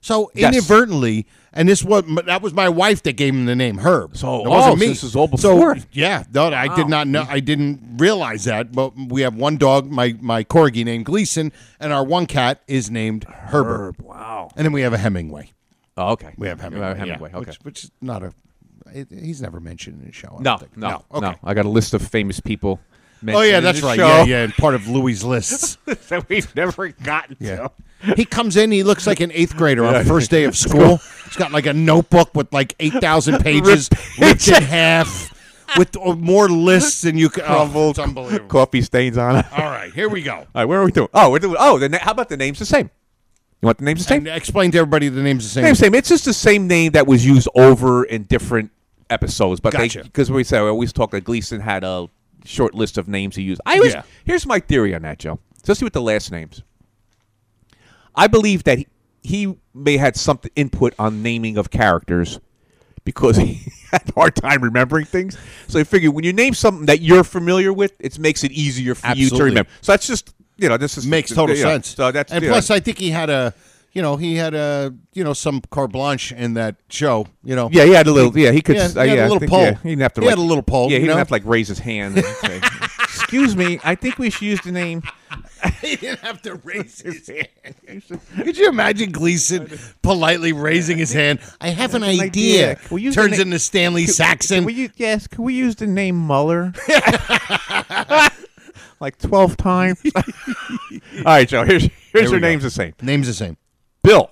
Speaker 4: So
Speaker 5: Yes.
Speaker 4: inadvertently, and this was that was my wife that gave him the name Herb. So it
Speaker 5: oh,
Speaker 4: wasn't
Speaker 5: so
Speaker 4: me.
Speaker 5: this is all
Speaker 4: So,
Speaker 5: before.
Speaker 4: yeah, no, I did not know. I didn't realize that. But we have one dog, my my corgi named Gleason, and our one cat is named Herbert.
Speaker 5: Wow.
Speaker 4: And then we have a Hemingway.
Speaker 5: Oh, okay.
Speaker 4: We have Hemingway. yeah,
Speaker 5: Hemingway, okay.
Speaker 4: Which, which is not a. it- he's never mentioned in the show. I
Speaker 5: No,
Speaker 4: don't think.
Speaker 5: no, no,
Speaker 4: Okay.
Speaker 5: I got a list of famous people.
Speaker 4: Oh
Speaker 5: mentioned
Speaker 4: yeah,
Speaker 5: in
Speaker 4: that's
Speaker 5: the
Speaker 4: right.
Speaker 5: show.
Speaker 4: Yeah, yeah, and part of Louis' lists.
Speaker 5: that we've never gotten
Speaker 4: Yeah.
Speaker 5: to.
Speaker 4: He comes in, he looks like an eighth grader on the first day of school. He's got like a notebook with like 8,000 pages, ripped in half, with uh, more lists than you can. Oh, it's unbelievable.
Speaker 5: Coffee stains on it.
Speaker 4: All right, here we go.
Speaker 5: All right, where are we doing? Oh, we're doing. Oh, the na- how about the name's the same? You want the name's the same?
Speaker 4: And explain to everybody the name's the same.
Speaker 5: Same, same. It's just the same name that was used over in different episodes. But
Speaker 4: Gotcha.
Speaker 5: because we said we always talked that Gleason had a short list of names he used. I always,
Speaker 4: Yeah.
Speaker 5: here's my theory on that, Joe. So let's see what the last names. I believe that he, he may had some input on naming of characters because he had a hard time remembering things. So I figured when you name something that you're familiar with, it makes it easier for you to
Speaker 4: Absolutely.
Speaker 5: remember. So that's just you know this is
Speaker 4: Makes total
Speaker 5: you know,
Speaker 4: sense.
Speaker 5: So that's
Speaker 4: and
Speaker 5: you know,
Speaker 4: plus, I think he had a, you know, he had a, you know, some carte blanche in that show. You know,
Speaker 5: Yeah, he had a little. Yeah, he could.
Speaker 4: Yeah,
Speaker 5: uh,
Speaker 4: he had
Speaker 5: yeah,
Speaker 4: a
Speaker 5: I
Speaker 4: little
Speaker 5: think,
Speaker 4: poll.
Speaker 5: Yeah, he didn't have to.
Speaker 4: He
Speaker 5: like,
Speaker 4: had a little poll,
Speaker 5: Yeah, he
Speaker 4: you know?
Speaker 5: didn't have to like raise his hand. And say, Excuse me, I think we should use the name.
Speaker 4: he didn't have to raise his hand. Could you imagine Gleason politely raising his hand? I have an
Speaker 5: Like,
Speaker 4: idea.
Speaker 5: yeah, we use the
Speaker 4: Turns
Speaker 5: na-
Speaker 4: into Stanley
Speaker 5: Could-
Speaker 4: Saxon.
Speaker 5: could we use- yes, could we use the name Muller? like twelve times. All right, Joe. Here's
Speaker 4: There
Speaker 5: here's
Speaker 4: we
Speaker 5: your
Speaker 4: go.
Speaker 5: names the same.
Speaker 4: Name's the same.
Speaker 5: Bill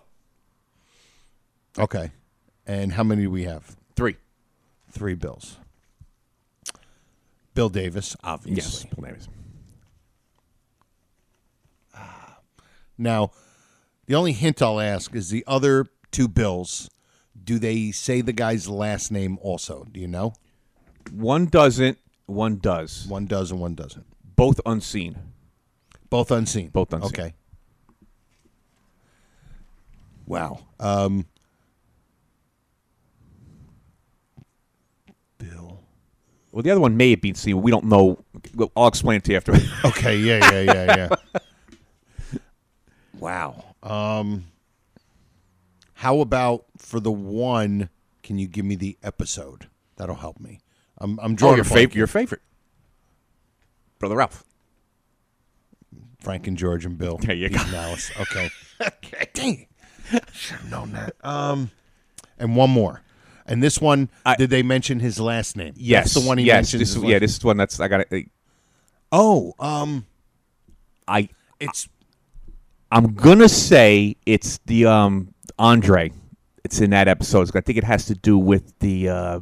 Speaker 4: Okay. And how many do we have?
Speaker 5: three.
Speaker 4: Three bills. Bill Davis, obviously.
Speaker 5: Yes, Bill Davis.
Speaker 4: Now, The only hint I'll ask is the other two bills. Do they say the guy's last name also? Do you know?
Speaker 5: One doesn't. One does.
Speaker 4: One does and one doesn't.
Speaker 5: Both unseen.
Speaker 4: Both unseen.
Speaker 5: Both unseen.
Speaker 4: Okay. Wow. Um,
Speaker 5: Well, the other one may have been seen. but We don't know. Well, I'll explain it to you after.
Speaker 4: okay. Yeah. Yeah. Yeah. Yeah.
Speaker 5: wow.
Speaker 4: Um, how about for the one? Can you give me the episode? That'll help me. I'm, I'm drawing
Speaker 5: oh, your,
Speaker 4: a blank
Speaker 5: fav- your favorite, brother Ralph.
Speaker 4: Frank and George and Bill.
Speaker 5: There you
Speaker 4: Pete
Speaker 5: go.
Speaker 4: and Alice. Okay. okay. Dang. Should have known that. Um, and one more. And this one, did they mention his last name?
Speaker 5: Yes,
Speaker 4: That's the one he
Speaker 5: yes,
Speaker 4: mentions.
Speaker 5: This,
Speaker 4: his
Speaker 5: is- yeah,
Speaker 4: last-
Speaker 5: this is one that's I got. to
Speaker 4: Oh, um,
Speaker 5: I
Speaker 4: it's
Speaker 5: I'm gonna say it's the um Andre. It's in that episode. I think it has to do with the uh,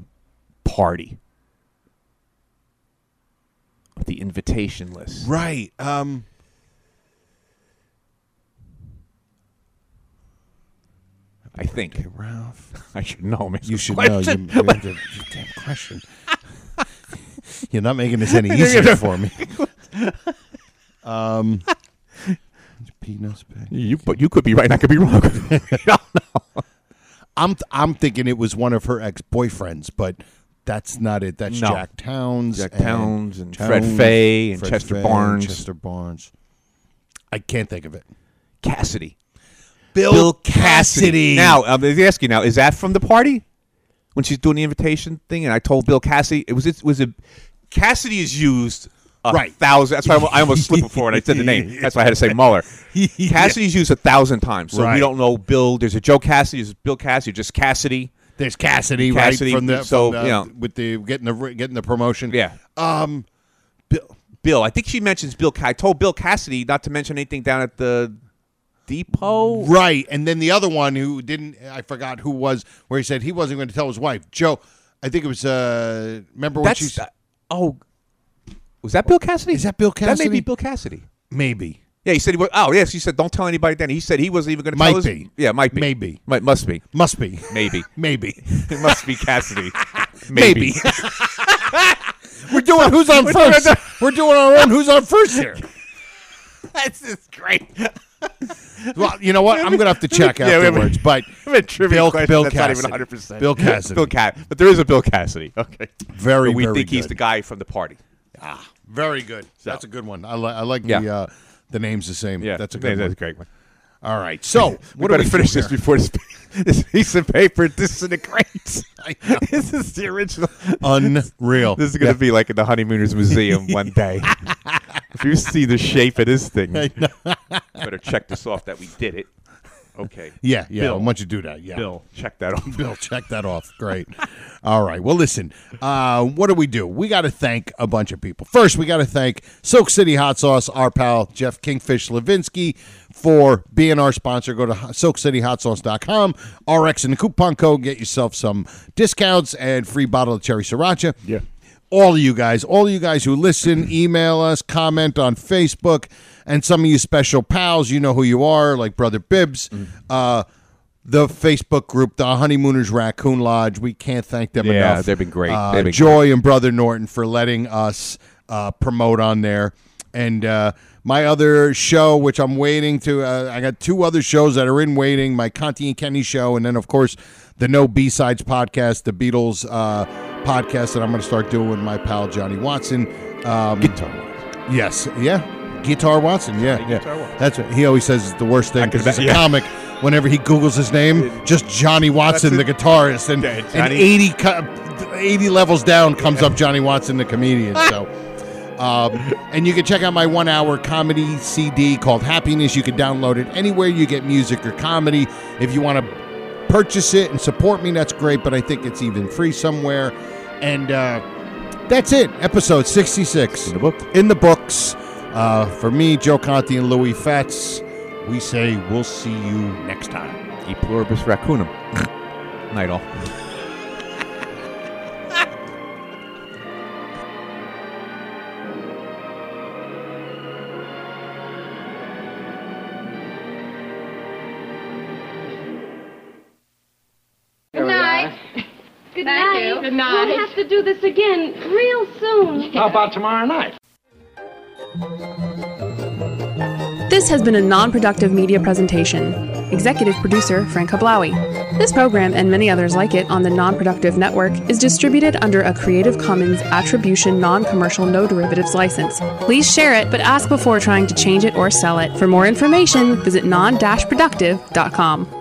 Speaker 5: party, the invitation list.
Speaker 4: right. Um,
Speaker 5: I think.
Speaker 4: Ralph.
Speaker 5: I should know. man.
Speaker 4: You should know. You,
Speaker 5: Question.
Speaker 4: you have the damn question. You're not making this any easier for me. Um, peanuts. Back.
Speaker 5: You, but you could be right. and I could be wrong. I don't know.
Speaker 4: I'm I'm thinking it was one of her ex boyfriends, but that's not it. That's
Speaker 5: No.
Speaker 4: Jack Towns,
Speaker 5: Jack Towns and Fred Fay and Chester Barnes.
Speaker 4: Chester Barnes. I can't think of it.
Speaker 5: Cassidy.
Speaker 4: Bill, Cassidy.
Speaker 5: Now, I'm going to ask you now, is that from the party? When she's doing the invitation thing, and I told Bill Cassidy, it was it was a Cassidy is used a
Speaker 4: Right.
Speaker 5: thousand. That's why I almo- I almost slipped before and I said the name. That's why I had to say Mueller. Cassidy's used a thousand times, so
Speaker 4: Right.
Speaker 5: we don't know Bill. There's a Joe Cassidy, there's Bill Cassidy, just Cassidy.
Speaker 4: there's Cassidy,
Speaker 5: Cassidy,
Speaker 4: right from the
Speaker 5: so,
Speaker 4: from the-
Speaker 5: you know.
Speaker 4: with the getting the getting the promotion.
Speaker 5: Yeah,
Speaker 4: Um, Bill.
Speaker 5: Bill. I think she mentions Bill. Ca- I told Bill Cassidy not to mention anything down at the depot.
Speaker 4: Right, and then the other one who didn't, I forgot who was, where he said he wasn't going to tell his wife, Joe. I think it was. uh Remember what she?
Speaker 5: That's uh, oh, was that Bill Cassidy?
Speaker 4: Is that Bill
Speaker 5: That may
Speaker 4: Cassidy?
Speaker 5: be Bill Cassidy.
Speaker 4: Maybe.
Speaker 5: Yeah, he said he was. Oh, yes, he said don't tell anybody. Then he said he wasn't even going to tell.
Speaker 4: Might
Speaker 5: his-
Speaker 4: be.
Speaker 5: Yeah, might be.
Speaker 4: Maybe.
Speaker 5: Might must be.
Speaker 4: Must be.
Speaker 5: Maybe.
Speaker 4: Maybe.
Speaker 5: it must be Cassidy.
Speaker 4: Maybe. We're doing who's on first. We're doing our own who's on first here.
Speaker 5: That's just great.
Speaker 4: Well, you know what? I'm going to have to check
Speaker 5: Yeah, we-
Speaker 4: afterwards. But
Speaker 5: I'm a trivia
Speaker 4: Bill-
Speaker 5: question
Speaker 4: Bill
Speaker 5: that's
Speaker 4: Cassidy.
Speaker 5: not even 100%.
Speaker 4: Bill Cassidy.
Speaker 5: Bill Cassidy. But there is a Bill Cassidy. Okay.
Speaker 4: Very,
Speaker 5: But we
Speaker 4: very
Speaker 5: think he's
Speaker 4: good.
Speaker 5: the guy from the party.
Speaker 4: very good. That's a good one. I, li- I like the
Speaker 5: Yeah.
Speaker 4: uh, the names the same.
Speaker 5: Yeah,
Speaker 4: that's a good
Speaker 5: That's
Speaker 4: one.
Speaker 5: a great one.
Speaker 4: All right. So
Speaker 5: we
Speaker 4: what do
Speaker 5: better
Speaker 4: we do
Speaker 5: finish this
Speaker 4: here?
Speaker 5: before this, this piece of paper disintegrates.
Speaker 4: I know.
Speaker 5: this is the original.
Speaker 4: Unreal.
Speaker 5: This is going to be like in the Honeymooners Museum one day. if you see the shape of this thing, better check this off that we did it. Okay.
Speaker 4: Yeah, yeah.
Speaker 5: Bill.
Speaker 4: Why don't you do that? Yeah.
Speaker 5: Bill, check that off.
Speaker 4: Bill, check that off. Great. All right. Well, listen, uh, what do we do? We got to thank a bunch of people. First, we got to thank Soak City Hot Sauce, our pal Jeff Kingfish Levinsky, for being our sponsor. Go to soakcityhotsauce.com, RX and the coupon code, get yourself some discounts and free bottle of cherry sriracha. Yeah. All of you guys, all of you guys who listen, email us, comment on Facebook, and some of you special pals, you know who you are, like Brother Bibbs. Uh, the Facebook group, the Honeymooners Raccoon Lodge. We can't thank them
Speaker 5: Yeah,
Speaker 4: enough.
Speaker 5: they've been great.
Speaker 4: Uh,
Speaker 5: They've been
Speaker 4: Joy and Brother Norton for letting us uh, promote on there. And uh, my other show, which I'm waiting to, uh, I got two other shows that are in waiting my Conti and Kenny show, and then, of course, the No B Sides podcast, the Beatles uh, podcast that I'm going to start doing with my pal Johnny Watson. Um, Guitar Yes. Yeah. Guitar Watson. Yeah. yeah. That's what he always says is the worst thing because he's a comic. Whenever he Googles his name, just Johnny Watson, the guitarist, and,
Speaker 5: Yeah,
Speaker 4: and
Speaker 5: Johnny-
Speaker 4: 80, co- 80 levels down comes up Johnny Watson, the comedian. So. Um, and you can check out my one hour comedy CD called Happiness. You can download it anywhere you get music or comedy. If you want to purchase it and support me, that's great, but I think it's even free somewhere. And uh, that's it. Episode 66. In the, books. Uh, for me, Joe Conti, and Louis Fats, we say we'll see you next time.
Speaker 5: E pluribus racunum. Night all.
Speaker 13: Good night.
Speaker 8: you. Good night.
Speaker 13: We'll have to do this again real soon.
Speaker 7: How about tomorrow night?
Speaker 14: This has been a non productive media presentation. Executive producer Frank Hablawi. This program and many others like it on the Non Productive Network is distributed under a Creative Commons Attribution Non Commercial No Derivatives license. Please share it, but ask before trying to change it or sell it. For more information, visit non productive.com.